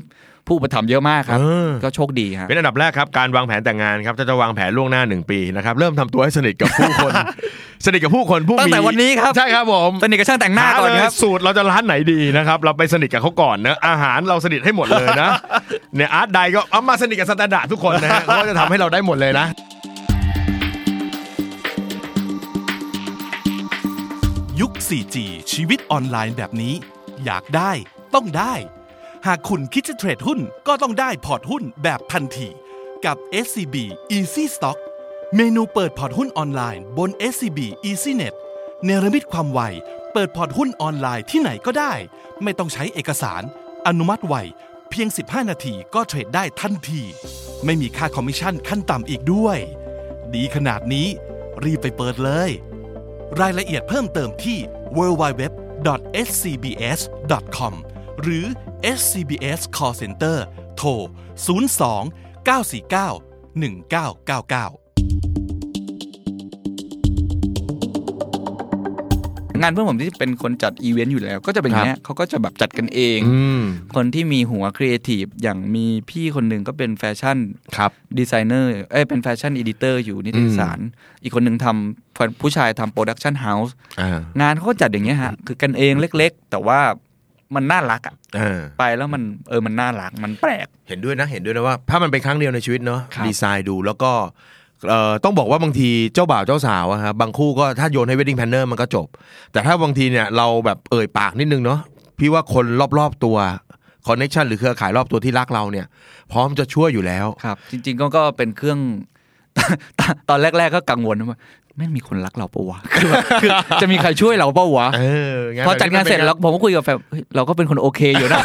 S1: ผู้อุประทับเยอะมากครับ
S2: เออ
S1: ก็โชคดีฮะ
S2: เป็นอันดับแรกครับ การวางแผนแต่งงานครับจะจะวางแผนล่วงหน้าหนึ่งปีนะครับ เริ่มทำตัวให้สนิทกับผู้คน [LAUGHS] สนิทกับผู้คนผู้มี
S1: ตั้งแต่วันนี้ครับ
S2: ใช่ครับผม
S1: สนิทกับช่างแต่งหน้าก่อน
S2: เลย
S1: ครับ
S2: สูตรเราจะร้านไหนดีนะครับ เราไปสนิทกับเขาก่อนเนอะอาหารเราสนิทให้หมดเลย [LAUGHS] นะ เนี่ยอาร์ตใดก็เอามาสนิทกับสแตนดาร์ดทุกคนนะฮ [LAUGHS] ะเขาจะทำให้เราได้หมดเลยนะ
S3: ยุค 4G ชีวิตออนไลน์แบบนี้ อยากได้ ต้องได้ หากคุณคิดจะเทรดหุ้นก็ต้องได้พอร์ตหุ้นแบบทันที กับ SCB Easy Stock เมนูเปิดพอร์ตหุ้นออนไลน์บน SCB EasyNet เนรมิตความไว เปิดพอร์ตหุ้นออนไลน์ที่ไหนก็ได้ ไม่ต้องใช้เอกสาร อนุมัติไว เพียง 15 นาทีก็เทรดได้ทันที ไม่มีค่าคอมมิชชั่นขั้นต่ำอีกด้วย ดีขนาดนี้รีบไปเปิดเลย รายละเอียดเพิ่มเติมที่ www.scbs.com หรือ scbs call center โทร 02 949 1999
S1: งานเพื่อนผมที่เป็นคนจัดอีเวนต์อยู่แล้ว ก็จะเป็นอย่างเงี้ยเขาก็จะแบบจัดกันเอง
S2: อืม
S1: คนที่มีหัวครีเอทีฟอย่างมีพี่คนหนึ่งก็เป็นแฟชั่น
S2: ครับ
S1: ดีไซเนอร์เอ้ยเป็นแฟชั่นอดิเตอร์อยู่นิตยสาร อีกคนหนึ่งทำผู้ชายทำโปรดักชันเฮาส์
S2: อ่าง
S1: านเขาก็จัดอย่างเงี้ยฮะคือกันเองเล็กๆ แต่ว่ามันน่ารักอะ
S2: อ่า
S1: ไปแล้วมันเออมันน่ารักมันแปลก
S2: เห็นด้วยนะเห็นด้วยนะว่าถ้ามันเป็นครั้งเดียวในชีวิตเนาะ
S1: ครับ
S2: ดีไซน์ดูแล้วก็เอ่อต้องบอกว่าบางทีเจ้าบ่าวเจ้าสาวอะครับบางคู่ก็ถ้าโยนให้ wedding planner มันก็จบ แต่ถ้าบางทีเนี่ยเราแบบเอ่ยปากนิดนึงเนาะพี่ว่าคนรอบๆตัวคอนเน t ชันหรือเครือข่ายรอบตัวที่รักเราเนี่ย พร้อมจะช่วยอยู่แล้ว
S1: ครับ จริง ๆ ก็ก็เป็นเครื่อง [LAUGHS] ตอนแรก ๆ ก็กังวลว่าแม่งมีคนรักเราปะวะ [LAUGHS] คือแบบคือจะมีใครช่วยเราปะวะ
S2: เออ
S1: พอจัดงานเสร็จแล้วผมก็คุยกับแฟนเฮ้ยเราก็เป็นคนโอ [LAUGHS] เคอยู่นะ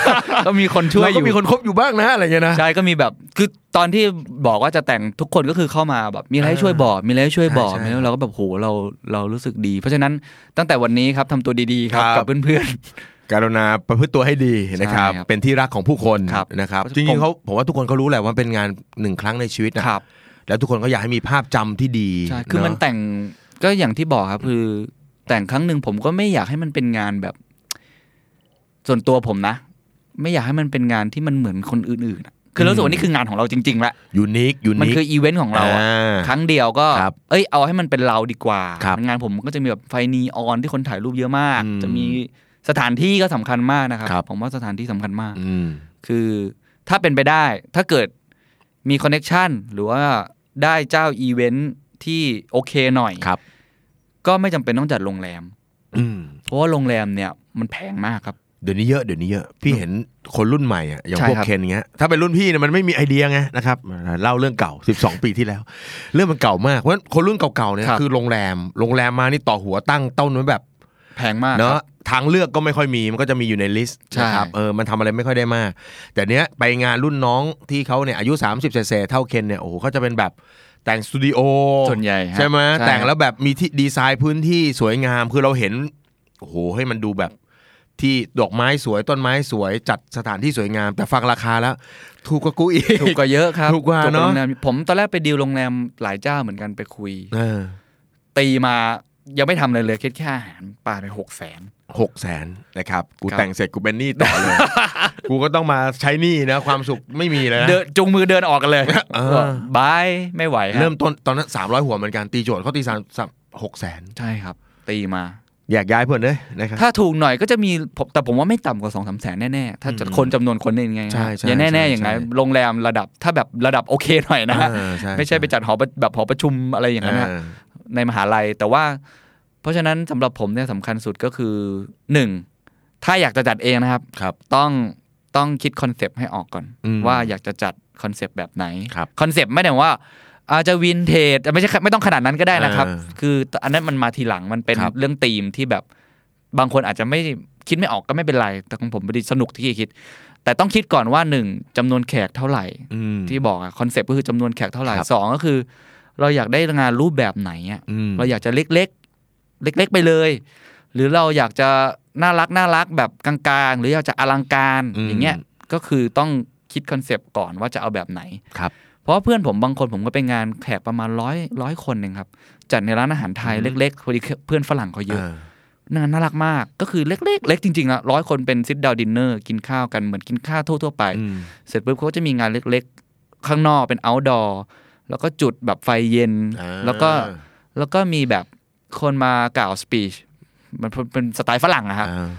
S1: ก็มีคนช่วย
S2: เรา
S1: อ
S2: ก็
S1: ยู่
S2: มีคนคบอยู่บ้างนะอะไรเงี้ยนะ
S1: ใช่ก็มีแบบ คือตอนที่บอกว่าจะแต่งทุกคนก็คือเข้ามาแบบมีอะไรให้ช่วยบอก มีอะไรให้ช่วยบอก
S2: ใช่
S1: มี
S2: ใช่
S1: แล้วเราก็แบบโหเราเรารู้สึกดี เพราะฉะนั้นตั้งแต่วันนี้ครับทำตัวดีๆครับ
S2: ครับ
S1: กับเพื่อน
S2: การุณาประพฤติตัวให้ดีนะครับ
S1: ใช่ครับ
S2: เป็นที่รักของผู้คน
S1: ครับ
S2: นะครับ
S1: ผม
S2: จริงๆเขาผมว่าทุกคนก็รู้แหละว่าเป็นงานหนึ่งครั้งในชีวิต
S1: ๆ
S2: นะครับ แล้วทุกคนก็อยากให้มีภาพจำที่ดี
S1: ใช่ คือมัน
S2: เะ
S1: แต่งก็อย่างที่บอกครับคือ แต่งครั้งหนึ่งผมก็ไม่อยากให้มันเป็นงานแบบ ส่วนตัวผมนะ ไม่อยากให้มันเป็นงานที่มันเหมือนคนอื่นๆอะคือรู้สึกว่านี่คืองานของเราจริงๆละ
S2: ยูนิคยู
S1: มัน
S2: นิค
S1: คืออีเวนต์ของเราอะครั้งเดียวก็
S2: ครับ
S1: เอ้ยเอาให้มันเป็นเราดีกว่า
S2: ครับ
S1: งานผมก็จะมีแบบไฟนีออนที่คนถ่ายรูปเยอะมาก
S2: อืม
S1: จะมีสถานที่ก็สำคัญมากนะครับ
S2: ครับ
S1: ผมว่าสถานที่สำคัญมาก
S2: อืม
S1: คือถ้าเป็นไปได้ถ้าเกิดมีคอนเน็ชันหรือว่าได้เจ้าอีเวนท์ที่โอเคหน่อย
S2: ครับ
S1: ก็ไม่จำเป็นต้องจัดโรงแรม
S2: อืม
S1: เพราะว่าโรงแรมเนี่ยมันแพงมากครับ
S2: เดี๋ยวนี้เยอะเดี๋ยวนี้เยอะ พี่เห็นคนรุ่นใหม่อ่ะอย่าง
S1: ใช่
S2: พวก
S1: ครับ
S2: เคนเงี้ยถ้าเป็นรุ่นพี่เนี่ยมันไม่มีไอเดียไงนะครับเล่าเรื่องเก่า 12 ปีที่แล้ว เรื่องมันเก่ามากเพราะฉะนั้นคนรุ่นเก่าๆเนี่ย
S1: ครับ
S2: คือโรงแรมโรงแรมมานี่ต่อหัวตั้งเต้นไว้แบบ
S1: แพงมากค
S2: เนาะ
S1: รับ
S2: ทางเลือกก็ไม่ค่อยมีมันก็จะมีอยู่ในลิสต์
S1: ใช่
S2: นะครับเออมันทำอะไรไม่ค่อยได้มาก แต่เนี้ยไปงานรุ่นน้องที่เขาเนี่ยอายุ 30 เศษๆเท่าเคนเนี่ยโอ้โหเขาจะเป็นแบบ แต่งสตูดิโอ
S1: ส่วนใหญ่ฮะ
S2: ใช่ไหม
S1: ใช่
S2: แต่งแล้วแบบมีที่ดีไซน์พื้นที่สวยงามคือเราเห็นโอ้โหให้มันดูแบบที่ดอกไม้สวยต้นไม้สวยจัดสถานที่สวยงาม แต่ฟังราคาแล้ว ถูกกว่ากูอีก
S1: ถูกกว่าเยอะครับ
S2: ถูกกว่าเนอะ
S1: โรงแรมผมตอนแรกไปดีลโรงแรมหลายเจ้าเหมือนกันไปคุย ตีมายังไม่ทำอะไรเลยคิดแค่อาหารปาไปหกแสน
S2: หกแสนนะครับ กู
S1: ครับ
S2: แต่งเสร็จกูเป็นหนี้ต่อเลย [LAUGHS] กูก็ต้องมาใช้หนี้นะ ความสุขไม่มีเลยนะ
S1: เดินจุงมือเดินออกกันเลย
S2: เออ
S1: บอกบายไม่ไหวฮะ
S2: เริ่มต้นตอนนั้นสามร้อยหัวเหมือนกันตีโจทย์เขาตีสามสามหกแสน
S1: ใช่ครับ ตีมา
S2: อยากย้ายเพื่อนเลยนะครับ
S1: ถ้าถูกหน่อยก็จะมีผมแต่ผมว่าไม่ต่ำกว่าสองสามแสนแน่ๆ ถ้าจะ
S2: อืม
S1: คนจำนวนคนนี่ยังไง
S2: ใช่ใช่
S1: อย่า
S2: ใช่
S1: แน่ๆอย่างไง
S2: ใช่
S1: โรงแรมระดับถ้าแบบระดับโอเคหน่อยนะฮะ
S2: เออใช่
S1: ไม่ใช่ไปจัดหอประแบบหอประชุมอะไรอย่างนั้นนะ
S2: เออ
S1: ในมหาลัยแต่ว่า เพราะฉะนั้นสำหรับผมเนี่ยสำคัญสุดก็คือหนึ่งถ้าอยากจะจัดเองนะครับ
S2: ครับ
S1: ต้องต้องคิดคอนเซปต์ให้ออกก่อน
S2: อืม
S1: ว่าอยากจะจัดคอนเซปต์แบบไหน
S2: ครับ
S1: อนเซปต์ไม่ได้ว่าอาจจะวินเทจแต่ไม่ใช่ไม่ต้องขนาดนั้นก็ได้นะครับ
S2: เออ
S1: คืออันนั้นมันมาทีหลังมันเป็น
S2: ครับ
S1: เรื่องธีมที่แบบบางคนอาจจะไม่คิดไม่ออกก็ไม่เป็นไร แต่ของผมพอดีสนุกที่คิด แต่ต้องคิดก่อนว่าหนึ่งจำนวนแขกเท่าไหร่
S2: อืม
S1: ที่บอกอะคอนเซปต์ก็คือจำนวนแขกเท่าไหร่
S2: ครับ
S1: สองก็คือ เราอยากได้งานรูปแบบไหนอะ
S2: อืม
S1: เราอยากจะเล็กๆ เล็ก ๆ ไปเลย หรือเราอยากจะน่ารักน่ารักแบบกลางๆ หรืออยากจะอลังการ
S2: อืม
S1: อย่างเงี้ยก็คือต้องคิดคอนเซปต์ก่อนว่าจะเอาแบบไหน
S2: ครับ
S1: เพราะว่าเพื่อนผมบางคนผมก็ไปงานแขกประมาณร้อยร้อยคนเองครับ จัดในร้านอาหารไทยเล็กๆพอดีเพื่อนฝรั่งเขาเยอะ
S2: เออ
S1: งานน่ารักมากก็คือเล็กๆ เล็กจริงๆละร้อยคนเป็นซิ t ดาวดินเนอร์กินข้าวกันเหมือนกินข้าวทั่วๆไป
S2: อืม
S1: เสร็จปุ๊บเขาก็จะมีงานเล็กๆ ข้างนอกเป็น outdoor แล้วก็จุดแบบไฟเย็น
S2: อ่า
S1: แล้วก็แล้วก็มีแบบคนมากล่าวสปีชมันเป็นสไตล์ฝรั่งอะครับ
S2: อ่า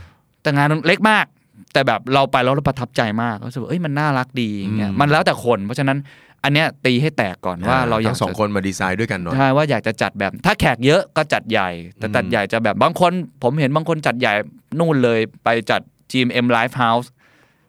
S1: แต่งานเล็กมาก แต่แบบเราไปแล้วเราประทับใจมากก็รู้สึกว่าเอ้ยมันน่ารักดีอย่างเงี้ย
S2: อืม
S1: มันแล้วแต่คน เพราะฉะนั้นอันเนี้ยตีให้แตกก่อนว่าเราอยาก
S2: ทั้งสอง
S1: จะ
S2: คนมาดีไซน์ด้วยกันหน่อย
S1: ใช่ว่าอยากจะจัดแบบถ้าแขกเยอะก็จัดใหญ่ แต่จัดใหญ่จะแบบบางคน ผมเห็นบางคนจัดใหญ่นู่นเลยไปจัด GMM Live House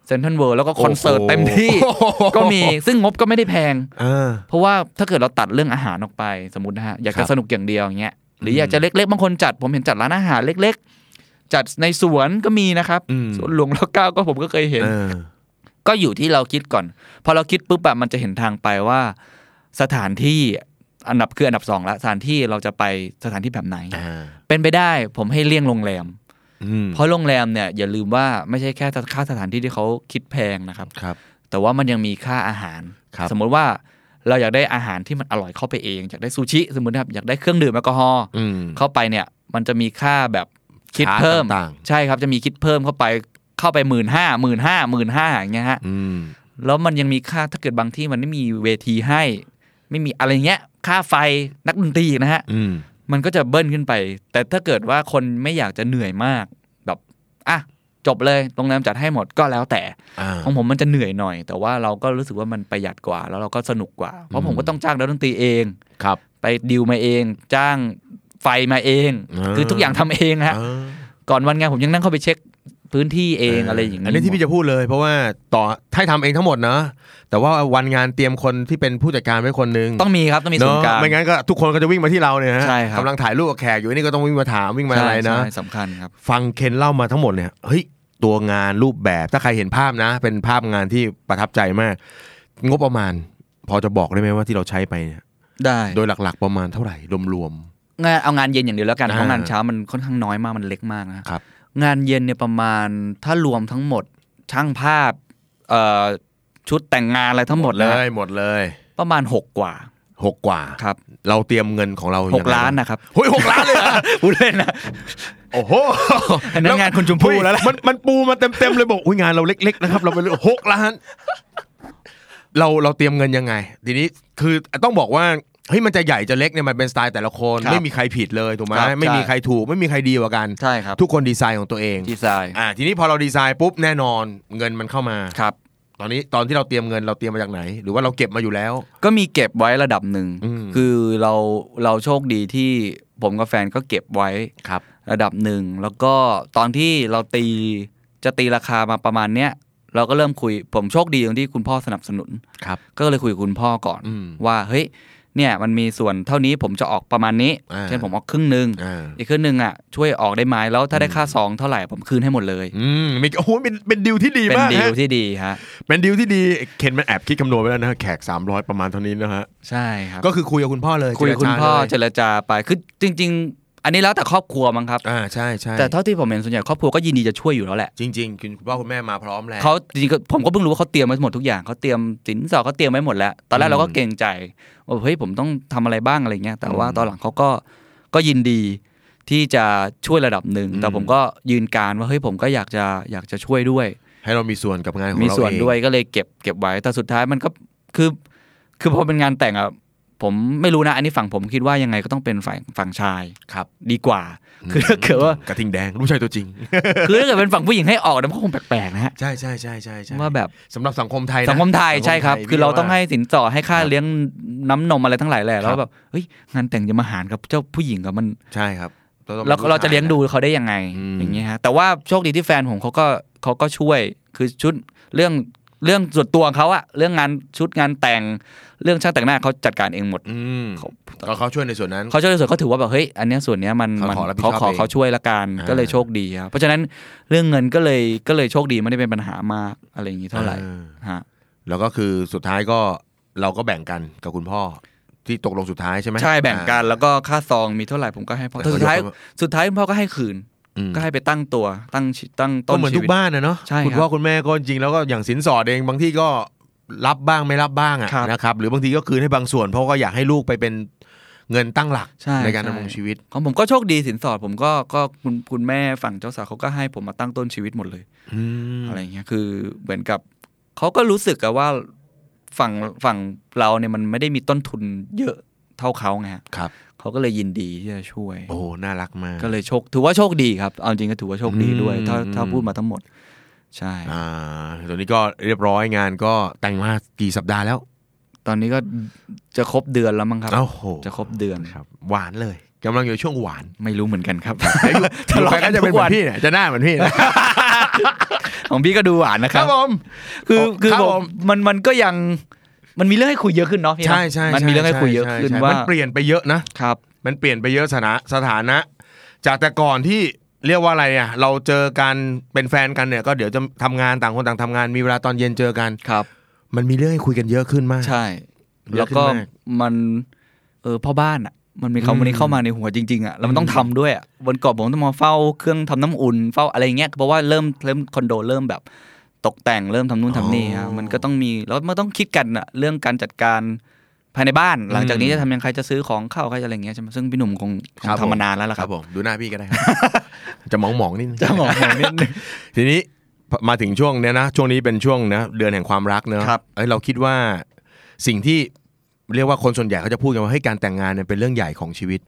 S1: Central World แล้วก็คอนเสิร์ตเต็มที่
S2: โอ้โห
S1: ก็มีซึ่งงบก็ไม่ได้แพง
S2: เออ
S1: เพราะว่าถ้าเกิดเราตัดเรื่องอาหารออกไปสมมตินะฮะ อยาก
S2: ครั
S1: จะ
S2: บ
S1: สนุกอย่างเดียวอย่างเงี้ยหรืออยากจะเล็กๆ บางคนจัด ผมเห็นจัดร้านอาหารเล็ก ๆ จัดในสวนก็มีนะครับ
S2: อืม
S1: สวนหลวงแล้วก้าก็ผมก็เคยเห็น
S2: เออ
S1: ก็อยู่ที่เราคิดก่อน พอเราคิดปุ๊บแบบมันจะเห็นทางไปว่า สถานที่อันดับคืออันดับสองละสถานที่เราจะไปสถานที่แบบไหน
S2: อ่า
S1: เป็นไปได้ผมให้เลี่ยงโรงแรม
S2: อืม
S1: เพราะโรงแรมเนี่ยอย่าลืมว่าไม่ใช่แค่ค่าสถานที่ที่เขาคิดแพงนะครับ
S2: ครับ
S1: แต่ว่ามันยังมีค่าอาหาร
S2: ครับ
S1: สมมุติว่าเราอยากได้อาหารที่มันอร่อยเข้าไปเอง อยากได้ซูชิสมมตินะครับอยากได้เครื่องดื่มแอลกอฮอล์
S2: อืม
S1: เข้าไปเนี่ยมันจะมีค่าแบบคิด
S2: ชาร์จ
S1: เพิ่ม
S2: ต่างๆ
S1: ใช่ครับจะมีคิดเพิ่มเข้าไปเข้าไปหมื่นห้าหมื่นห้าหมื่นห้าอย่างเงี้ยฮะ
S2: อืม
S1: แล้วมันยังมีค่าถ้าเกิดบางที่มันไม่มีเวทีให้ ไม่มีอะไรเงี้ย ค่าไฟนักดนตรีอีกนะฮะ
S2: อืม
S1: มันก็จะเบิ้ลขึ้นไป แต่ถ้าเกิดว่าคนไม่อยากจะเหนื่อยมาก แบบอ่ะจบเลยโรงแรมจัดให้หมดก็แล้วแต่
S2: อ่า
S1: ของผมมันจะเหนื่อยหน่อย แต่ว่าเราก็รู้สึกว่ามันประหยัดกว่า แล้วเราก็สนุกกว่า เพ
S2: อื
S1: ราะ
S2: ม
S1: ผมก็ต้องจ้างนักดนตรีเอง
S2: ครับ
S1: ไปดิวมาเอง จ้างไฟมาเอง
S2: อ่า
S1: คือทุกอย่างทำเองฮะ
S2: เออ
S1: ก่อนวันงานผมยังนั่งเข้าไปเช็คพื้นที่เองอะไรอย่าง
S2: อันนี้ที่พี่จะพูดเลย เพราะว่าต่อให้ทำเองทั้งหมดนะ แต่ว่าวันงานเตรียมคนที่เป็นผู้จัดการไว้คนหนึง
S1: ต้องมีครับต้องมีศูนย์กลาง
S2: เนอะไม่งั้นก็ทุกคนก็จะวิ่งมาที่เราเนี่ยฮะ
S1: ใช่ครับ
S2: กำลังถ่ายรูปกับแขกอยู่นี่ก็ต้องวิ่งมาถามวิ่งมาอะไรนะ
S1: ใช่ใช่สำคัญครับ
S2: ฟังเคนเล่ามาทั้งหมดเนี่ยเฮ้ยตัวงานรูปแบบถ้าใครเห็นภาพนะ เป็นภาพงานที่ประทับใจมาก งบประมาณ พอจะบอกได้ไหมว่าที่เราใช้ไปเนี่ย
S1: ได้
S2: โดยหลักๆประมาณเท่าไหร่รวม
S1: งานเอางานเย็นอย่างเดียวแล้วกัน
S2: อ่า
S1: เพราะงานเช้ามันค่อนข้างน้อยมากมันเล็กมากนะ
S2: ๆครับ
S1: งานเย็นเนี่ยประมาณถ้ารวมทั้งหมดช่างภาพเอ่อชุดแต่งงานอะไรทั้งหมด
S2: เล
S1: เลย
S2: ยหมดเลย
S1: ประมาณ 6 กว่า
S2: หกกว่า
S1: ครับ
S2: เราเตรียมเงินของเรา
S1: ห
S2: ยั
S1: ก
S2: งไง
S1: ล้าน
S2: บ้ง
S1: นะครับ
S2: เฮ้ยหกล้านเลยเหรอ
S1: [LAUGHS] พูดเล่นนะ
S2: โอ้โห
S1: อันนั้นงานคุณชมพู่
S2: เฮ้ย
S1: แล้วล่ะ
S2: มันมันปูมาเต็มๆเลยบอกอุ้ยงานเราเล็ก ๆ นะครับ เราเป็นหกล้าน เราเราเตรียมเงินยังไง ทีนี้คือต้องบอกว่าเฮ้ยมันจะใหญ่จะเล็กเนี่ยมันเป็นสไตล์แต่ละคน
S1: ครับ
S2: ไม่มีใครผิดเลยถูกไหม
S1: ครับ
S2: ไม่มี
S1: ใช่
S2: ใครถูกไม่มีใครดีกว่ากัน
S1: ใช่ครับ
S2: ทุกคนดีไซน์ของตัวเอง
S1: ดีไซน์
S2: อ่าทีนี้พอเราดีไซน์ปุ๊บแน่นอนเงินมันเข้ามา
S1: ครับ
S2: ตอนนี้ตอนที่เราเตรียมเงินเราเตรียมมาจากไหน หรือว่าเราเก็บมาอยู่แล้ว
S1: ก็มีเก็บไว้ระดับหนึ่ง
S2: อืม
S1: คือเราเราโชคดีที่ผมกับแฟนก็เก็บไว้
S2: ครับ
S1: ระดับหนึ่งแล้วก็ตอนที่เราตีจะตีราคามาประมาณเนี้ยเราก็เริ่มคุยผมโชคดีตรงที่คุณพ่อสนับสนุน
S2: ครับ
S1: ก็เลยคุยกับคุณพ่อก่อน
S2: อืม
S1: ว่าเฮ้ย เนี่ยมันมีส่วนเท่านี้ผมจะออกประมาณนี้
S2: อ่า
S1: เช่นผมออกครึ่งหนึ่ง
S2: อ่า
S1: อีกครึ่งหนึ่งอ่ะช่วยออกได้ไหมแล้วถ้าได้ค่าซองเท่าไหร่ผมคืนให้หมดเลย
S2: อืมมีโอ้โหเป็นเป็นดีลที่ดี
S1: เป็น
S2: มาก
S1: ดีล
S2: ฮะ
S1: ที่ดีฮะ
S2: เป็นดีลที่ดีเคนมันแอบคิดคำนวณไว้แล้วนะฮะแขก 300 ประมาณเท่านี้นะฮะ
S1: ใช่ครับ
S2: ก็คือคุยกับคุณพ่อเลย
S1: คุยกับคุณพ่อ
S2: เจ
S1: เจ
S2: รจาเลย
S1: รจาไปคือจริง ๆ อันนี้แล้วแต่ครอบครัวมั้งครับ
S2: อ่าใช่ใช่
S1: แต่เท่าที่ผมเห็นส่วนใหญ่ครอบครัวก็ยินดีจะช่วยอยู่แล้วแหละ
S2: จริงๆคุณพ่อคุณแม่มาพร้อมแล้ว
S1: เขาจริงๆก็ผมก็เพิ่งรู้ว่าเขาเตรียมไว้หมดทุกอย่างเขาเตรียมสินสอดเขาเตรียมไว้หมดแล้ว ตอนแรกเราก็เกรงใจว่าเฮ้ยผมต้องทำอะไรบ้างอะไรเงี้ยแต่ว่า
S2: อืม
S1: ตอนหลังเขาก็ก็ยินดีที่จะช่วยระดับหนึ่ง
S2: อืม
S1: แต่ผมก็ยืนการว่าเฮ้ยผมก็อยากจะอยากจะช่วยด้วย
S2: ให้เรามีส่วนกับงานของเรา
S1: มี
S2: มี
S1: ส่วนด้วยก็เลยเก็บเก็บไว้แต่สุดท้ายมันก็คือ คือพอเป็นงานแต่งอะผมไม่รู้นะ อันนี้ฝั่งผมคิดว่ายังไงก็ต้องเป็นฝั่งฝั่งชาย
S2: ครับ
S1: ดีกว่า คือถ้าเกิดว่า
S2: กระทิงแดงลูกชายตัวจริ [LAUGHS] ง
S1: คือถ้าเกิดเป็นฝั่งผู้หญิงให้ออกนะมันก็คงแปลกๆนะฮะ
S2: ใช่ใช่ใช่ใช่ใช่
S1: ว่าแบบ
S2: สำหรับสังคมไทยนะ
S1: สังคมไทยใช่ครับ
S2: สังมไทย
S1: คือเราต้องให้
S2: พี่
S1: สินสอดให้ค่า
S2: ครับ
S1: เลี้ยงน้ำนมอะไรทั้งหลายแหละ
S2: ค
S1: แล้
S2: รั
S1: ว
S2: บ
S1: แบบเฮ้ยงานแต่งจะมาหารกับเจ้าผู้หญิงกับมัน
S2: ว่าใช่ครับต้อง
S1: แล้วเราจะเลี้ยงดูเขาได้ยังไง
S2: อืม
S1: อย่างเงี้ยฮะแต่ว่าโชคดีที่แฟนผมเขาก็เขาก็ช่วยคือชุดเรื่องเรื่องส่วนตัวของเขาอะเรื่องงานชุดงานแต่งเรื่องช่างแต่งหน้าเขาจัดการเองหมด
S2: อืม
S1: เขา
S2: ก็เขาช่วยในส่วนนั้น
S1: เขาช่วยในส่วนเขาถือว่าแบบเฮ้ยอันเนี้ยส่วนเนี้ยมัน
S2: เขา
S1: มัน
S2: ขอรับผิดช
S1: เขา
S2: อบ
S1: ขอ
S2: เอง
S1: เขาช่วยละกัน
S2: อ่า
S1: ก็เลยโชคดีครับเพราะฉะนั้นเรื่องเงินก็เลยก็เลยโชคดีไม่ได้เป็นปัญหามากอะไรอย่างนี้เท่าไหร่
S2: ออ
S1: ฮะ
S2: แล้วก็คือสุดท้ายก็เราก็แบ่งกันกับคุณพ่อที่ตกลงสุดท้ายใช่ไหม
S1: ใช่แบ่งกัน
S2: อ่า
S1: แล้วก็ค่าซองมีเท่าไหร่ผมก็ให้พ่อ
S2: แต่
S1: แต่
S2: เขา
S1: สุดท้าย
S2: ยกให้
S1: สุดท้ายคุณพ่อก็ให้คืน
S2: อืม
S1: ก็ให้ไปตั้งตัวตั้งชีตั้ง
S2: ก็
S1: ต้น
S2: เหมือน
S1: ชี
S2: ทุ
S1: วิต
S2: กบ้านนะเนาะ
S1: ใช่
S2: คุณ
S1: ครับ
S2: พ่อคุณแม่ก็จริงแล้วก็อย่างสินสอดเองบางที่ก็รับบ้างไม่รับบ้างอะ
S1: ครับ
S2: นะครับหรือบางทีก็คืนให้บางส่วนเพราะก็อยากให้ลูกไปเป็นเงินตั้งหลัก
S1: ใช่
S2: ในการ
S1: ช่
S2: ดำรงชีวิต
S1: ของผมก็โชคดีสินสอดผมก็ก็คุณคุณแม่ฝั่งเจ้าสาวเขาก็ให้ผมมาตั้งต้นชีวิตหมดเลย
S2: อืม
S1: อะไรเงี้ยคือเหมือนกับเขาก็รู้สึกอะว่าฝั่งฝั่งเราเนี่ยมันไม่ได้มีต้นทุนเยอะเท่าเขาไงฮะ
S2: ครับ
S1: เขาก็เลยยินดีที่จะช่วย
S2: โอ้น่ารักมาก
S1: ก็เลยโชคถือว่าโชคดีครับเอาจริงก็ถือว่าโชคดีด้วย ถ้า
S2: อืม
S1: ถ้าพูดมาทั้งหมด ใช่
S2: อ่าตอนนี้ก็เรียบร้อยงานก็แต่งมากี่สัปดาห์แล้ว
S1: ตอนนี้ก็จะครบเดือนแล้วมั้งครับ
S2: โอ้โห
S1: จะครบเดือน
S2: ครับ หวานเลยกำลังอยู่ช่วงห
S1: [LAUGHS]
S2: วาน
S1: ไม่รู้เหมือนกันครับ
S2: ดูไปก็จะเป็นเห
S1: ทะลาะกัทุก
S2: มือน
S1: วั
S2: พี่เนี่ยจะหน้าเหมือนพี่นะ
S1: ของพี่ก็ดูหวานนะค
S2: ครั
S1: รั
S2: บบ ผม
S1: คือคือ
S2: ครับ
S1: ผ
S2: ผ
S1: ม
S2: ม
S1: มันมันก็ยังมันมีเรื่องให้คุยเยอะขึ้นเนาะพี่เนาะ
S2: ใช่ใช่
S1: มันมีเรื่องให้คุยเยอะ
S2: ใช่
S1: ขึ้น
S2: ใช่
S1: ว่า
S2: มันเปลี่ยนไปเยอะนะ
S1: ครับ
S2: มันเปลี่ยนไปเยอะสถานะสถานะ จากแต่ก่อนที่เรียกว่าอะไรอ่ะเราเจอกันเป็นแฟนกันเนี่ยก็เดี๋ยวจะทำงานต่างคนต่างทำงานมีเวลาตอนเย็นเจอกัน
S1: ครับ
S2: มันมีเรื่องให้คุยกันเยอะขึ้นมาก
S1: ใช่
S2: เย
S1: แล้ว
S2: อะขึ้น
S1: ก็
S2: มาก
S1: มันเออพ่อบ้านอ่ะ มันมีคำวันนี้เข้ามาในหัวจริงๆอ่ะแล้วมันต้องทำด้วยอ่ะวันก่อนผมต้องมาเฝ้าเครื่องทำน้ำอุ่นเฝ้าอะไรเงี้ยเพราะว่าเริ่มเริ่มคอนโดเริ่มแบบตกแต่งเริ่มทำนู่นทำนี่
S2: อ๋
S1: ฮะ
S2: อ
S1: มันก็ต้องมีแล้วมันต้องคิดกันอ่ะเรื่องการจัดการภายในบ้าน หลังจากนี้
S2: อืม
S1: จะทำยังไงใครจะซื้อของเข้าใครจะอะไรเงี้ยใช่ไหมซึ่งพี่หนุ่มคงคง
S2: ครับผม
S1: ทำมานานแล้วล่ะ
S2: ค
S1: ค
S2: รั
S1: รับบ
S2: ผมดูหน้าพี่ก็ได้ครับ จะหมองหมองๆนิดนึง
S1: จะบอกผมนิดนึง
S2: ทีนี้พอมาถึงช่วงเนี้ยนะช่วงนี้เป็นช่วงนะเดือนแห่งความรักเนอะ
S1: ครับ
S2: เอ้ยเราคิดว่าสิ่งที่เรียกว่าคนส่วนใหญ่เขาจะพูดกันว่าให้ยการแต่งงานเนี่ยเป็นเรื่องใหญ่ของชีวิต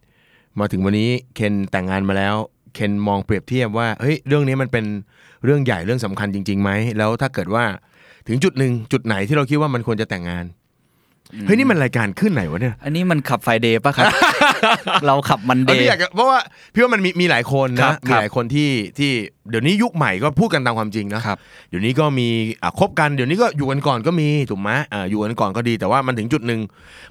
S2: มาถึงวันนี้เคนแต่งงานมาแล้ว เคนมองเปรียบเทียบว่าเฮ้ยเรื่องนี้มันเป็นเรื่องใหญ่เรื่องสำคัญจริงๆไหมแล้วถ้าเกิดว่าถึงจุดหนึ่งจุดไหนที่เราคิดว่ามันควรจะแต่งงาน
S1: อืม
S2: เฮ้ยนี่มันรายการขึ้นไหนวะเนี่ย
S1: อันนี้มันขับไฟเดย์ป่ะครับ
S2: [LAUGHS]
S1: เราขับมันเด
S2: เอ้ย
S1: ย์
S2: พี่อยากจะเพราะว่าพี่ว่ามันมีมีหลายคน
S1: ครั
S2: นะ
S1: บ
S2: มีหลายคนที่ที่เดี๋ยวนี้ยุคใหม่ก็พูดกันตามความจริงนะ
S1: ครับ
S2: เดี๋ยวนี้ก็มีอ่ะคบกันเดี๋ยวนี้ก็อยู่กันก่อนก็มีถูกไหมอ่าอยู่กันก่อนก็ดีแต่ว่ามันถึงจุดหนึ่ง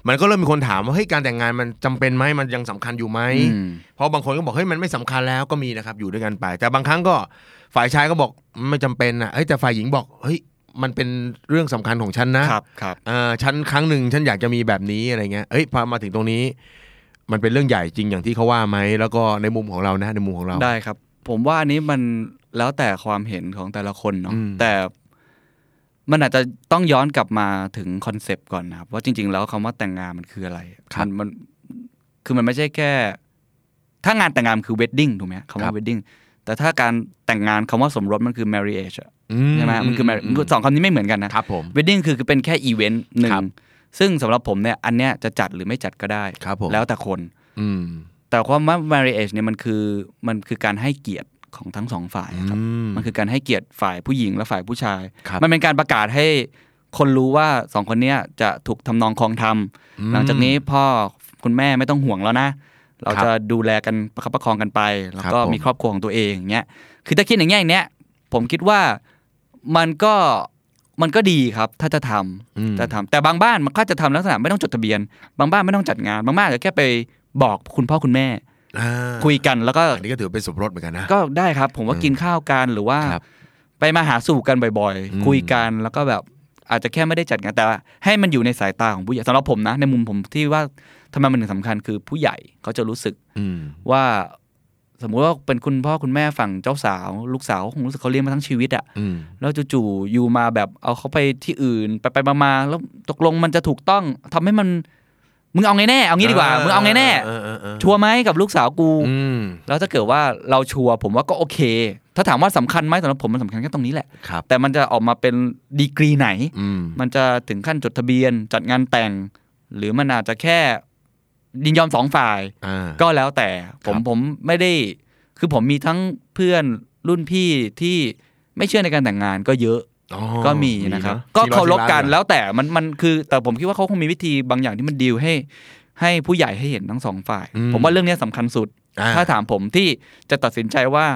S2: มันก็เริ่มมีคนถามว่าเฮ้ยการแต่งงานมันจำเป็นไหมมันยังสำคัญอยู่ไหม
S1: อืม
S2: เพราะบางคนก็บอกเฮ้ยมันไม่สำคัญแล้วก็มีนะครับอยู่ด้วยกันไป แต่บางครั้งก็ฝ่ายชายก็บอกไม่จำเป็นอ่ะเฮ้ยแต่ฝ่ายหญิงบอกเฮ้ยมันเป็นเรื่องสำคัญของฉันนะครับ
S1: ครับ
S2: อ่าฉันครั้งหนึ่งฉันอยากจะมีแบบนี้อะไรเงี้ยเอ้ยพอมาถึงตรงนี้ มันเป็นเรื่องใหญ่จริงอย่างที่เขาว่าไหมแล้วก็ในมุมของเรานะในมุมของเรา
S1: ได้ครับ ผมว่าอันนี้มันแล้วแต่ความเห็นของแต่ละคนเนาะ
S2: อืม
S1: แต่มันอาจจะต้องย้อนกลับมาถึงคอนเซปต์ก่อนนะครับว่าจริง ๆ แล้วคำว่าแต่งงานมันคืออะไรมันมันคือมันไม่ใช่แค่ ถ้างานแต่งงานมันคือเวดดิ้งถูกไหมฮะคำว่าเวดดิ้งแต่ถ้าการแต่งงานคำว่าสมรสมันคือ marriage อะ
S2: อื
S1: ใช่ไหมฮะมันคือ marriage สองคำนี้ไม่เหมือนกันนะ
S2: ครับผม
S1: เวดดิ้งคือเป็นแค่อีเวนต์หนึ่ง
S2: ครับ
S1: ซึ่งสำหรับผมเนี่ยอันเนี้ยจะจัดหรือไม่จัดก็ได้
S2: ครับผม
S1: แล้วแต่คน
S2: อืม
S1: แต่ความว่า marriage เนี่ยมันคือมันคือการให้เกียรติของทั้งสองฝ่ายอะครับ
S2: อืม
S1: มันคือการให้เกียรติฝ่ายผู้หญิงและฝ่ายผู้ชาย
S2: ครับ
S1: มันเป็นการประกาศให้คนรู้ว่าสองคนเนี้ยจะถูกทำนองคลองธรรมหลังจากนี้พ่อคุณแม่ไม่ต้องห่วงแล้วนะ เราจะดูแลกันประคับประคองกันไป แล้วก็
S2: ครับผม
S1: มีครอบครัวของตัวเองอย่างเงี้ย คือถ้าคิดอย่างเงี้ยอย่างเนี้ยผมคิดว่ามันก็ มันก็ดีครับถ้าจะท
S2: อืม
S1: ำจะทำแต่บางบ้านมันก็จะทำลักษณะไม่ต้องจดทะเบียน บางบ้านไม่ต้องจัดงาน บางบ้านอาจจะแค่ไปบอกคุณพ่อคุณแม่
S2: อ่า
S1: คุยกันแล้วก็
S2: อันนี้ก็ถือเป็นสมรสเหมือนกันนะ
S1: ก็ได้ครับ ผมว่ากินข้าวกันหรือว่า
S2: ครับ
S1: ไปมาหาสู่กันบ่อย
S2: อืม
S1: ๆ คุยกันแล้วก็แบบอาจจะแค่ไม่ได้จัดงานแต่ให้มันอยู่ในสายตาของผู้ใหญ่สำหรับผมนะ ในมุมผมที่ว่าทำไมมันถึงสำคัญคือผู้ใหญ่เขาจะรู้สึก
S2: อืม
S1: ว่าสมมุติว่าเป็นคุณพ่อคุณแม่ฝั่งเจ้าสาว ลูกสาวคงรู้สึกเขาเลี้ยงมาทั้งชีวิตอะ
S2: อืม
S1: แล้วจู่ๆอยู่มาแบบเอาเขาไปที่อื่น ไปไปมามาแล้วตกลงมันจะถูกต้องทำให้มันมึงเอาไงแน่เอางี้ดีกว่ามึงเอาไงแน่
S2: เออเออเออ
S1: ชัวร์ไหมกับลูกสาวกู
S2: อืม
S1: แล้วถ้าเกิดว่าเราชัวร์ผมว่าก็โอเค ถ้าถามว่าสำคัญไหมสำหรับผมมันสำคัญแค่ตรงนี้แหละ
S2: ครับ
S1: แต่มันจะออกมาเป็นดีกรีไหน
S2: อืม
S1: มันจะถึงขั้นจดทะเบียนจัดงานแต่ง หรือมันอาจจะแค่ยินยอมสองฝ่าย
S2: อ่า
S1: ก็แล้วแต่ผม
S2: ครับ
S1: ผมไม่ได้ คือผมมีทั้งเพื่อนรุ่นพี่ที่ไม่เชื่อในการแต่งงานก็เยอะ
S2: อ๋อ
S1: ก็มีนะครับ
S2: มี
S1: ก็เคารพกัน
S2: ที่
S1: แล้วแต่มันมันคือ แต่ผมคิดว่าเขาคงมีวิธีบางอย่างที่มันดีลให้ ให้ผู้ใหญ่ให้เห็นทั้งสองฝ่าย ผมว่าเรื่องเนี้ยสำคัญสุด
S2: อ่
S1: ถ้าถามผมที่จะตัดสินใจว่า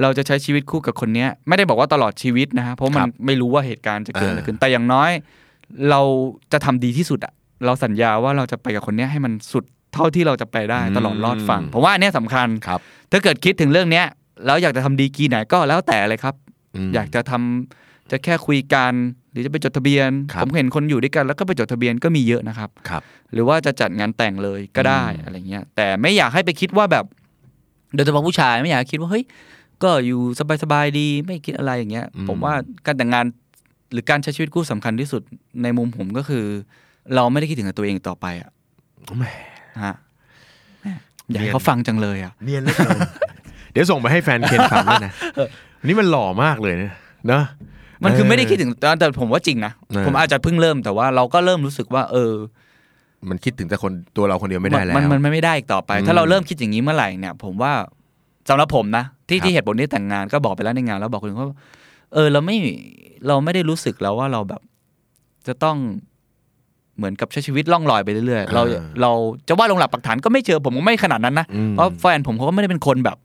S1: เราจะใช้ชีวิตคู่กับคนเนี้ย ไม่ได้บอกว่าตลอดชีวิตนะฮะเพราะมันไม่รู้ว่าเหตุการณ์จะเกิดอะไรขึ้นแต่อย่างน้อย เราจะทำดีที่สุดอะเราสัญญาว่าเราจะไปกับคนเนี้ยให้มันสุดเท่าที่เราจะไปได้ตลอดรอดฝั่งผมว่าอันเนี้ยสำคัญ
S2: ครับ
S1: ถ้าเกิดคิดถึงเรื่องเนี้ยแล้วอยากจะทำดีกรีไหนก็แล้วแต่เลยครับ
S2: ม
S1: อยากจะทำจะแค่คุยกันหรือจะไปจดทะเบียน
S2: ครับ
S1: ผมเห็นคนอยู่ด้วยกันแล้วก็ไปจดทะเบียนก็มีเยอะนะครับ
S2: ครับ
S1: หรือว่าจะจัดงานแต่งเลยก็ได้
S2: อืม
S1: อะไรเงี้ยแต่ไม่อยากให้ไปคิดว่าแบบ โดยเฉพาะผู้ชายไม่อยากคิดว่าเฮ้ยก็อยู่สบายๆดีไม่คิดอะไรอย่างเงี้ย ผมว่าการแต่งงานหรือการใช้ชีวิตคู่สำคัญที่สุดในมุมผมก็คือ เราไม่ได้คิดถึงแต่ตัวเองอีกต่อไปอะ
S2: แหม
S1: ฮะแม่อยากให้เขาฟังจังเลยอะ
S2: เนียนเหลือเกิน [LAUGHS] เดี๋ยวส่งไปให้แฟนเคนฟังด้วยนะวันนี่มันหล่อมากเลยนะเนอะ
S1: มันคือ
S2: เออ
S1: ไม่ได้คิดถึงแต่แต่ผมว่าจริงนะ
S2: เออ
S1: ผมอาจจะเพิ่งเริ่มแต่ว่าเราก็เริ่มรู้สึกว่า เออ
S2: มันคิดถึงแต่คนตัวเราคนเดียวไม่ได้แล้ว
S1: มันมันมันไม่ได้อีกต่อไป
S2: อืม
S1: ถ้าเราเริ่มคิดอย่างนี้เมื่อไหร่เนี่ย ผมว่าสำหรับผมนะ ที่
S2: ครับ
S1: ที่เหตุผลที่แต่งงานก็บอกไปแล้วในงานแล้วบอกคุณว่าเออ เราไม่เราไม่ได้รู้สึกแล้วว่าเราแบบ จะต้องเหมือนกับใช้ชีวิตล่องลอยไปเรื่อยๆเราเราจะว่าลงหลักปักฐานก็ไม่เชิงผมก็ไม่ขนาดนั้นนะ
S2: อืม
S1: เพราะแฟนผมเขาก็ไม่ได้เป็นคนแบบ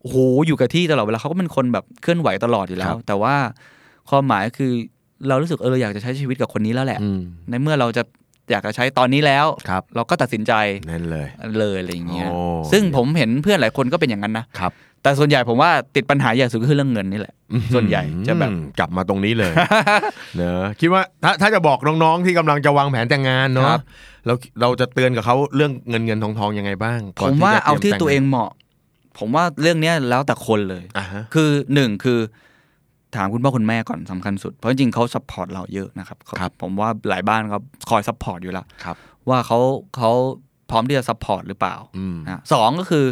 S1: โอ้โหอยู่กับที่ตลอดเวลาเขาก็เป็นคนแบบเคลื่อนไหวตลอดอยู่แล้
S2: ครั
S1: ว
S2: บ
S1: แต่ว่าความหมายคือเรารู้สึกเออเราอยากจะใช้ชีวิตกับคนนี้แล้วแหละ
S2: อืม
S1: ในเมื่อเราจะอยากจะใช้ตอนนี้แล้ว
S2: ครับ
S1: เราก็ตัดสินใจ
S2: นั่นเลย
S1: เลยอะไรอย่างเงี้ย
S2: โอ้
S1: ซึ่งผมเห็นเพื่อนหลายคนก็เป็นอย่างนั้นนะครับ แต่ส่วนใหญ่ผมว่าติดปัญหาใหญ่สุดก็คือเรื่องเงินนี่แหละ ส่วนใหญ่จะแบบ
S2: อืมกลับมาตรงนี้
S1: [LAUGHS]
S2: เลย เนอะคิดว่าถ้าถ้าจะบอกน้องๆที่กำลังจะวางแผนแต่งงาน
S1: ค
S2: เนาะ
S1: รับ
S2: เราเราจะเตือนกับเขาเรื่องเงินเงินทองทองยังไงบ้าง
S1: ผ
S2: ก่น
S1: มว่า
S2: จะ
S1: เอาที่
S2: ตรียม
S1: ตัวเองเหมาะ ผมว่าเรื่องเนี้ยแล้วแต่คนเลย
S2: อ่ะฮะ
S1: คือหนึ่งคือถามคุณพ่อคุณแม่ก่อนสำคัญสุด เพราะจริงๆเขาซัพพอร์ตเราเยอะนะครับเขา
S2: ครับ
S1: ผมว่าหลายบ้านเขาคอยซัพพอร์ตอยู่แล้ว
S2: ครับ
S1: ว่าเขาเขาพร้อมที่จะซัพพอร์ตหรือเปล่า
S2: อืม
S1: นะสองก็คือ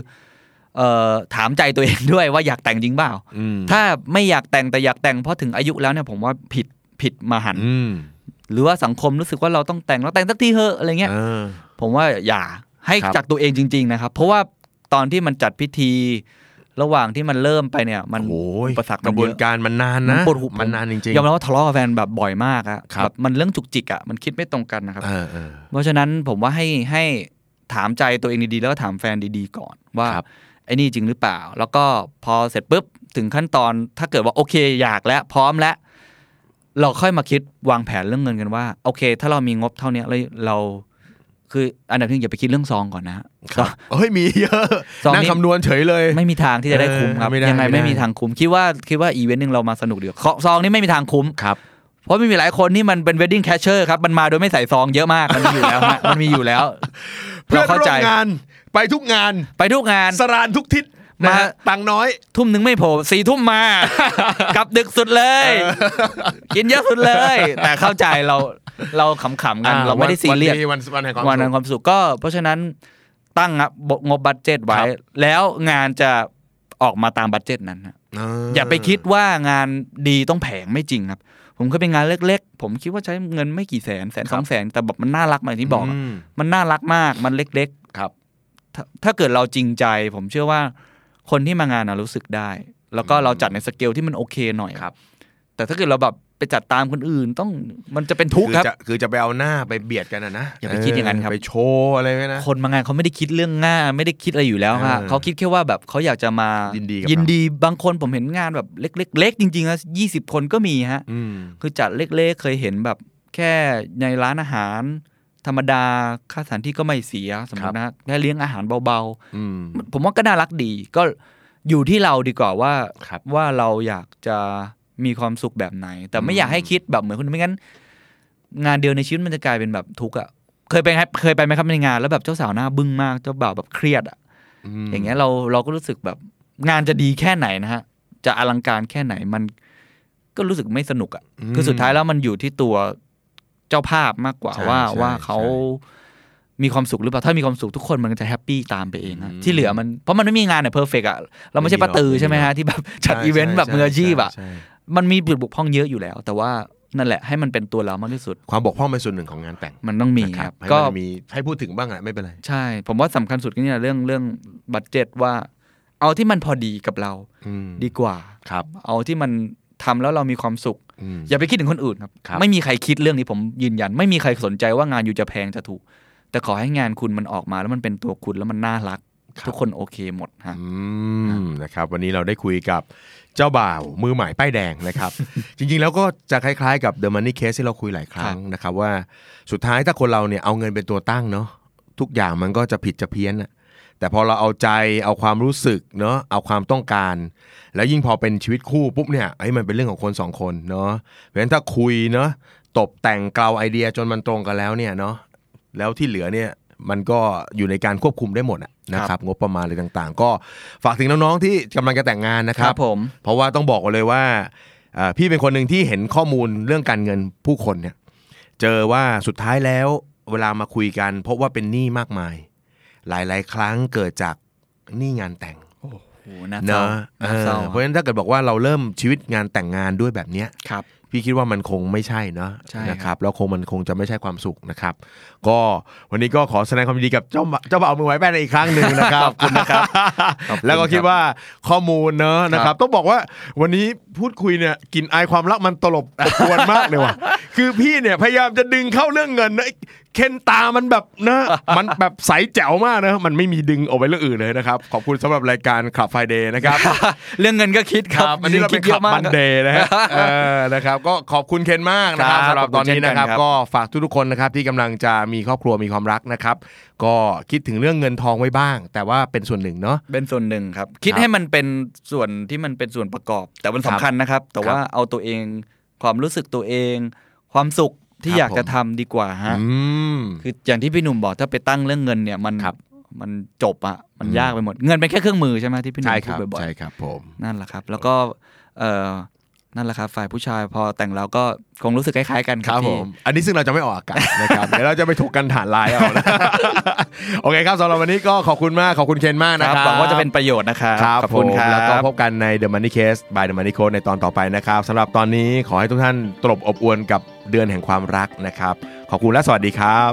S1: เอ่อถามใจตัวเอง ด้วยว่าอยากแต่งจริงเปล่า
S2: อืม
S1: ถ้าไม่อยากแต่งแต่อยากแต่งเพราะถึงอายุแล้วเนี่ยผมว่าผิดผิดมาหัน
S2: อืม
S1: หรือว่าสังคมรู้สึกว่าเราต้องแต่งเราแต่งสักทีเถอะอะไรเงี้ย
S2: เออ
S1: ผมว่าอย่าให้
S2: ครับ
S1: จากตัวเองจริง ๆ นะครับ เพราะว่าตอนที่มันจัดพิธี ระหว่างที่มันเริ่มไปเนี่ย มัน
S2: โอ้ย
S1: อุปสรรค
S2: ก
S1: มัน
S2: ระบ
S1: เยว อน
S2: การมันนาน
S1: มั
S2: นะ
S1: ปวดหัว
S2: มันนานจริงๆ
S1: ยอมรับว่าทะเลาะกับแฟนแบบบ่อยมากอะ
S2: ครับ
S1: แบบมันเรื่องจุกจิกอะมันคิดไม่ตรงกันนะครับ
S2: เออเออ
S1: เพราะฉะนั้นผมว่าให้ให้ถามใจตัวเองดีๆ แล้วก็ถามแฟนดีๆ ก่อนว่า
S2: ครับ
S1: ไอ้นี่จริงหรือเปล่า แล้วก็พอเสร็จปุ๊บถึงขั้นตอนถ้าเกิดว่าโอเคอยากแล้วพร้อมแล้ว เราค่อยมาคิดวางแผนเรื่องเงินกันว่า โอเค ถ้าเรามีงบเท่าเนี้ยเราเรา คืออันดับหนึ่งอย่าไปคิดเรื่องซองก่อนนะ
S2: ครับ เฮ้ยมีเยอะ
S1: สอง
S2: นั่ง
S1: นี่
S2: คำนวณเฉยเลย
S1: ไม่มีทางที่จะได้คุ้มครับ
S2: เออไม่ได้
S1: ยังไง
S2: ไม่
S1: ไม่
S2: ได้
S1: มีทางคุ้มคิดว่าคิดว่าอีเวนต์หนึ่งเรามาสนุกเดียวาซองนี่ไม่มีทางคุ้ม
S2: ครับ
S1: เพราะมันมีหลายคนนี่มันเป็นเวดดิ้งแคชเชอร์ครับมันมาโดยไม่ใส่ซองเยอะมากมันมีอยู่แล้ว
S2: [LAUGHS]
S1: ฮะมันมีอยู่แล้ว
S2: เพื่อน
S1: เข้า
S2: ร่ว
S1: ใจ
S2: มงานไปทุกงาน
S1: ไปทุกงาน
S2: สรานทุกทิศ
S1: มา
S2: มาตังค์น้อย
S1: ทุ่มหนึ่งไม่โผล่สี่ทุ่ม
S2: [LAUGHS]
S1: มา กลับดึกสุดเลย กินเยอะสุดเลย
S2: [LAUGHS]
S1: แต่เข้าใจเราเราขำๆกัน
S2: อ่
S1: เราไม่ได้ซีเรียส
S2: วันวันแห่งความ
S1: วันนั้น
S2: สุข
S1: ความสุขก็ เพราะฉะนั้นตั้งอะบงบบัตเจตไว้
S2: ครับ
S1: แล้วงานจะออกมาตามบัตเจตนั้นฮะ
S2: เ
S1: อย่าไปคิดว่างานดีต้องแพงไม่จริงครับ ผมเคยเป็นงานเล็กๆ ผมคิดว่าใช้เงินไม่กี่แสนแสนสองแสนแต่แบบมันน่ารักมากอย่างที่บอกอะ
S2: ม
S1: มันน่ารักมากมันเล็กๆ
S2: ครับ
S1: ถ้าถ้าเกิดเราจริงใจ ผมเชื่อว่าคนที่มางานน่ะรู้สึกได้ แล้วก็เราจัดในสเกลที่มันโอเคหน่อย
S2: ครับ
S1: แต่ถ้าเกิดเราแบบไปจัดตามคนอื่นต้องมันจะเป็นทุกข์ครับ
S2: อจะคือจะไปเอาหน้าไปเบียดกันอะนะ
S1: อย่าไปคิดอย่างนั้นครับ
S2: ไปโชว์อะไรไว้นะ
S1: คนมางานเขาไม่ได้คิดเรื่องง่าไม่ได้คิดอะไรอยู่แล้วฮะ
S2: เออ
S1: เขาคิดแค่ว่าแบบเขาอยากจะมา
S2: ยิ
S1: ยิ
S2: นดีกับเรา
S1: ยินดีบางคนผมเห็นงานแบบเล็กๆเล็กจริงๆนะยี่สิบคนก็มีฮะ
S2: อืม
S1: คือจัดเล็กๆเคยเห็นแบบแค่ในร้านอาหาร ธรรมดาค่าสถานที่ก็ไม่เสียสมม
S2: ครับ
S1: ตินะฮะแค่เลี้ยงอาหารเบา
S2: อืม
S1: ๆ ผมว่าก็น่ารักดี ก็อยู่ที่เราดีกว่าว่า
S2: ครับ
S1: ว่าเราอยากจะมีความสุขแบบไหน แต่ไม่
S2: อืม
S1: อยากให้คิดแบบเหมือนคนไม่งั้น งานเดียวในชีวิตมันจะกลายเป็นแบบทุกข์อ่ะเคยไปครับเคยไปไหมครับในงานแล้วแบบเจ้าสาวหน้าบึ้งมากเจ้าบ่าวแบบเครียดอ่ะ
S2: ม
S1: อย่างเงี้ยเราเราก็รู้สึกแบบ งานจะดีแค่ไหนนะฮะจะอลังการแค่ไหนมันก็รู้สึกไม่สนุกอ่ะ
S2: ม
S1: คือสุดท้ายแล้วมันอยู่ที่ตัวเจ้าภาพมากกว่า
S2: ใช่
S1: ว่า
S2: ใช่
S1: ว่าเขา
S2: ใช่
S1: มีความสุขหรือเปล่าถ้ามีความสุขทุกคนมันก็จะแฮปปี้ตามไปเองฮะ
S2: อืม
S1: ที่เหลือมันเพราะมันไม่มีงานเนี่ยเพอร์เฟกอะเราไม่ใช่
S2: ไม่มีหร
S1: ป้า
S2: อก
S1: ตือ
S2: ไม่มี
S1: ใช่ไหม
S2: หร
S1: ฮะ
S2: อก
S1: ที่แบบ จัด
S2: ใช่
S1: อีเวนต์
S2: ใช่
S1: แบบมืออาชีพอะ
S2: ใใใช่
S1: มันมีจุดบกพร่องเยอะอยู่แล้ว แต่ว่านั่นแหละให้มันเป็นตัวเรามากที่สุด
S2: ความบกพร่องเป็นส่วนหนึ่งของงานแต่ง
S1: มันต้องมี
S2: นะค
S1: ค
S2: รั
S1: รั
S2: บบ ให้
S1: ก็
S2: มันมีให้พูดถึงบ้างแหละไม่เป็นไร
S1: ใช่ ผมว่าสำคัญสุดก็เนี่ยเรื่องเรื่องบัตเจ็ตว่า เอาที่มันพอดีกับเรา
S2: อืม
S1: ดีกว่า
S2: ครับ
S1: เอาที่มันทำแล้วเรามีความสุข
S2: อืม
S1: อย่าไปคิดถึงคนอื่นครับ
S2: ครับ
S1: ไม่มีใครคิดเรื่องนี้ผมยืนยัน ไม่มีใครสนใจว่างานอยู่จะแพงจะถูก แต่ขอให้งานคุณมันออกมาแล้วมันเป็นตัวคุณแล้วมันน่ารัก ทุกคนโอเคหมดฮะ
S2: อืมนะครับวันนี้เราได้คุยกับเจ้าบ่าวมือใหม่ป้ายแดง [LAUGHS] นะครับ จริงๆแล้วก็จะคล้ายๆกับ The Money Case ที่เราคุยหลายครั้งนะครับว่าสุดท้ายถ้าคนเราเนี่ยเอาเงินเป็นตัวตั้งเนาะทุกอย่างมันก็จะผิดจะเพี้ยนอะแต่พอเราเอาใจเอาความรู้สึกเนาะเอาความต้องการ แล้วยิ่งพอเป็นชีวิตคู่ปุ๊บเนี่ยไอ้ยมันเป็นเรื่องของคนสองคนเนาะเพราะฉะนั้นถ้าคุยเนาะตบแต่งเกลาไอเดียจนมันตรงกันแล้วเนี่ยเนาะ แล้วที่เหลือเนี่ยมันก็อยู่ในการควบคุมได้หมดอะนะครับงบประมาณอะไรต่างๆ ก็ฝากถึงน้องๆที่กำลังจะแต่งงานนะค
S1: ค
S2: รั
S1: รั
S2: บบ
S1: ผม
S2: เพราะว่าต้องบอกไว้เลยว่าเอ่อพี่เป็นคนหนึ่งที่เห็นข้อมูลเรื่องการเงินผู้คนเนี่ยเจอว่าสุดท้ายแล้วเวลามาคุยกันพบว่าเป็นหนี้มากมาย หลายๆ ครั้งเกิดจากหนี้งานแต่ง
S1: โอ้โหน่าเศร้า
S2: เนาะ
S1: น่าเศร้า
S2: เออเพราะฉะนั้นถ้าเกิดบอกว่าเราเริ่มชีวิตงานแต่งงานด้วยแบบเนี้ย
S1: ครับ
S2: พี่คิดว่ามันคงไม่ใช่เนาะ
S1: ใช่ครับ
S2: นะครับแล้วคงมันคงจะไม่ใช่ความสุขนะครับ ก็วันนี้ก็ขอแสดงความยินดีกับเจ้าบ่าวเจ้าบ่าวมือไว้แป้นอีกครั้งหนึ่งนะครับขอบคุณนะครับ
S1: ขอบณ
S2: แล้วก็คิด
S1: รับ
S2: ว่าข้อมูลเนอะนะครับ ต้องบอกว่าวันนี้พูดคุยเนี่ยกลินอายความรักมันตลบอบอวนมาก
S1: [LAUGHS]
S2: เลยว่ะ คือพี่เนี่ยพยายามจะดึงเข้าเรื่องเงินนะไอ้เคนตามันแบบ
S1: [LAUGHS]
S2: นะมันแบบใสแจ๋วมากนะมันไม่มีดึงออกไปเรื่องอื่นเลยนะครับขอบคุณสำหรับรายการขับไฟเดย์นะครับ
S1: เรื่องเงินก็คิดค
S2: ค
S1: รั
S2: รั
S1: บบ
S2: อันนี้เราเป็น
S1: คิย
S2: ขับ
S1: อะมาก
S2: มันเดย์
S1: [LAUGHS]
S2: นะฮะเออนะครับก็ขอบคุณเคนมากนะครับ
S1: ครับ
S2: สำหรับตอนนี้นะครับ
S1: ขอบคุณเช่นกันครับ
S2: ก็ฝากทุกๆคนนะครับที่กำลังจะมีครอบครัวมีความรักนะครับ ก็คิดถึงเรื่องเงินทองไว้บ้าง แต่ว่าเป็นส่วนหนึ่งเนาะ
S1: เป็นส่วนหนึ่งครับ คิด
S2: ครับ
S1: ให้มันเป็นส่วนที่มันเป็นส่วนประกอบ แต่มันสำคัญนะครับ แต่ว่าเอาตัวเองความรู้สึกตัวเอง ความสุขที่
S2: ครับ
S1: อยากจะ
S2: ผม
S1: ทำดีกว่าฮะ
S2: อืม
S1: คืออย่างที่พี่หนุ่มบอกถ้าไปตั้งเรื่องเงินเนี่ยมัน
S2: ครับ
S1: มันจบอะมัน
S2: อืม
S1: ยากไปหมด เงินเป็นแค่เครื่องมือใช่ไหมที่พี่หนุ่
S2: ใช่
S1: ม
S2: ค
S1: พูด
S2: รับ
S1: บ่อย
S2: ใช่ครับผม
S1: ๆนั่นแหละครับ แล้วก็เออนั่นแหละครับฝ่ายผู้ชายพอแต่งแล้วก็คงรู้สึกคล้ายๆกัน
S2: ครับ
S1: พี่
S2: ผม อันนี้ซึ่งเราจะไม่ออกอากาศนะครับ [LAUGHS] เดี๋ยวเราจะไปถกกันฐานไลน์เอานะ [LAUGHS] โอเคครับสำหรับวันนี้ก็ขอบคุณมากขอบคุณเคนมาก
S1: ค
S2: นะ
S1: รับ
S2: ค
S1: ห
S2: รับ
S1: วังว่าจะเป็นประโยชน์นะครับ
S2: ครับ
S1: ขอบคุณ
S2: ผม
S1: ครั
S2: แล้วก็
S1: บ
S2: พบกันใน The Money Case by The Money Code ในตอนต่อไปนะครับสำหรับตอนนี้ขอให้ทุกท่านตลบอบอวนกับเดือนแห่งความรักนะครับ ขอบคุณและสวัสดีครับ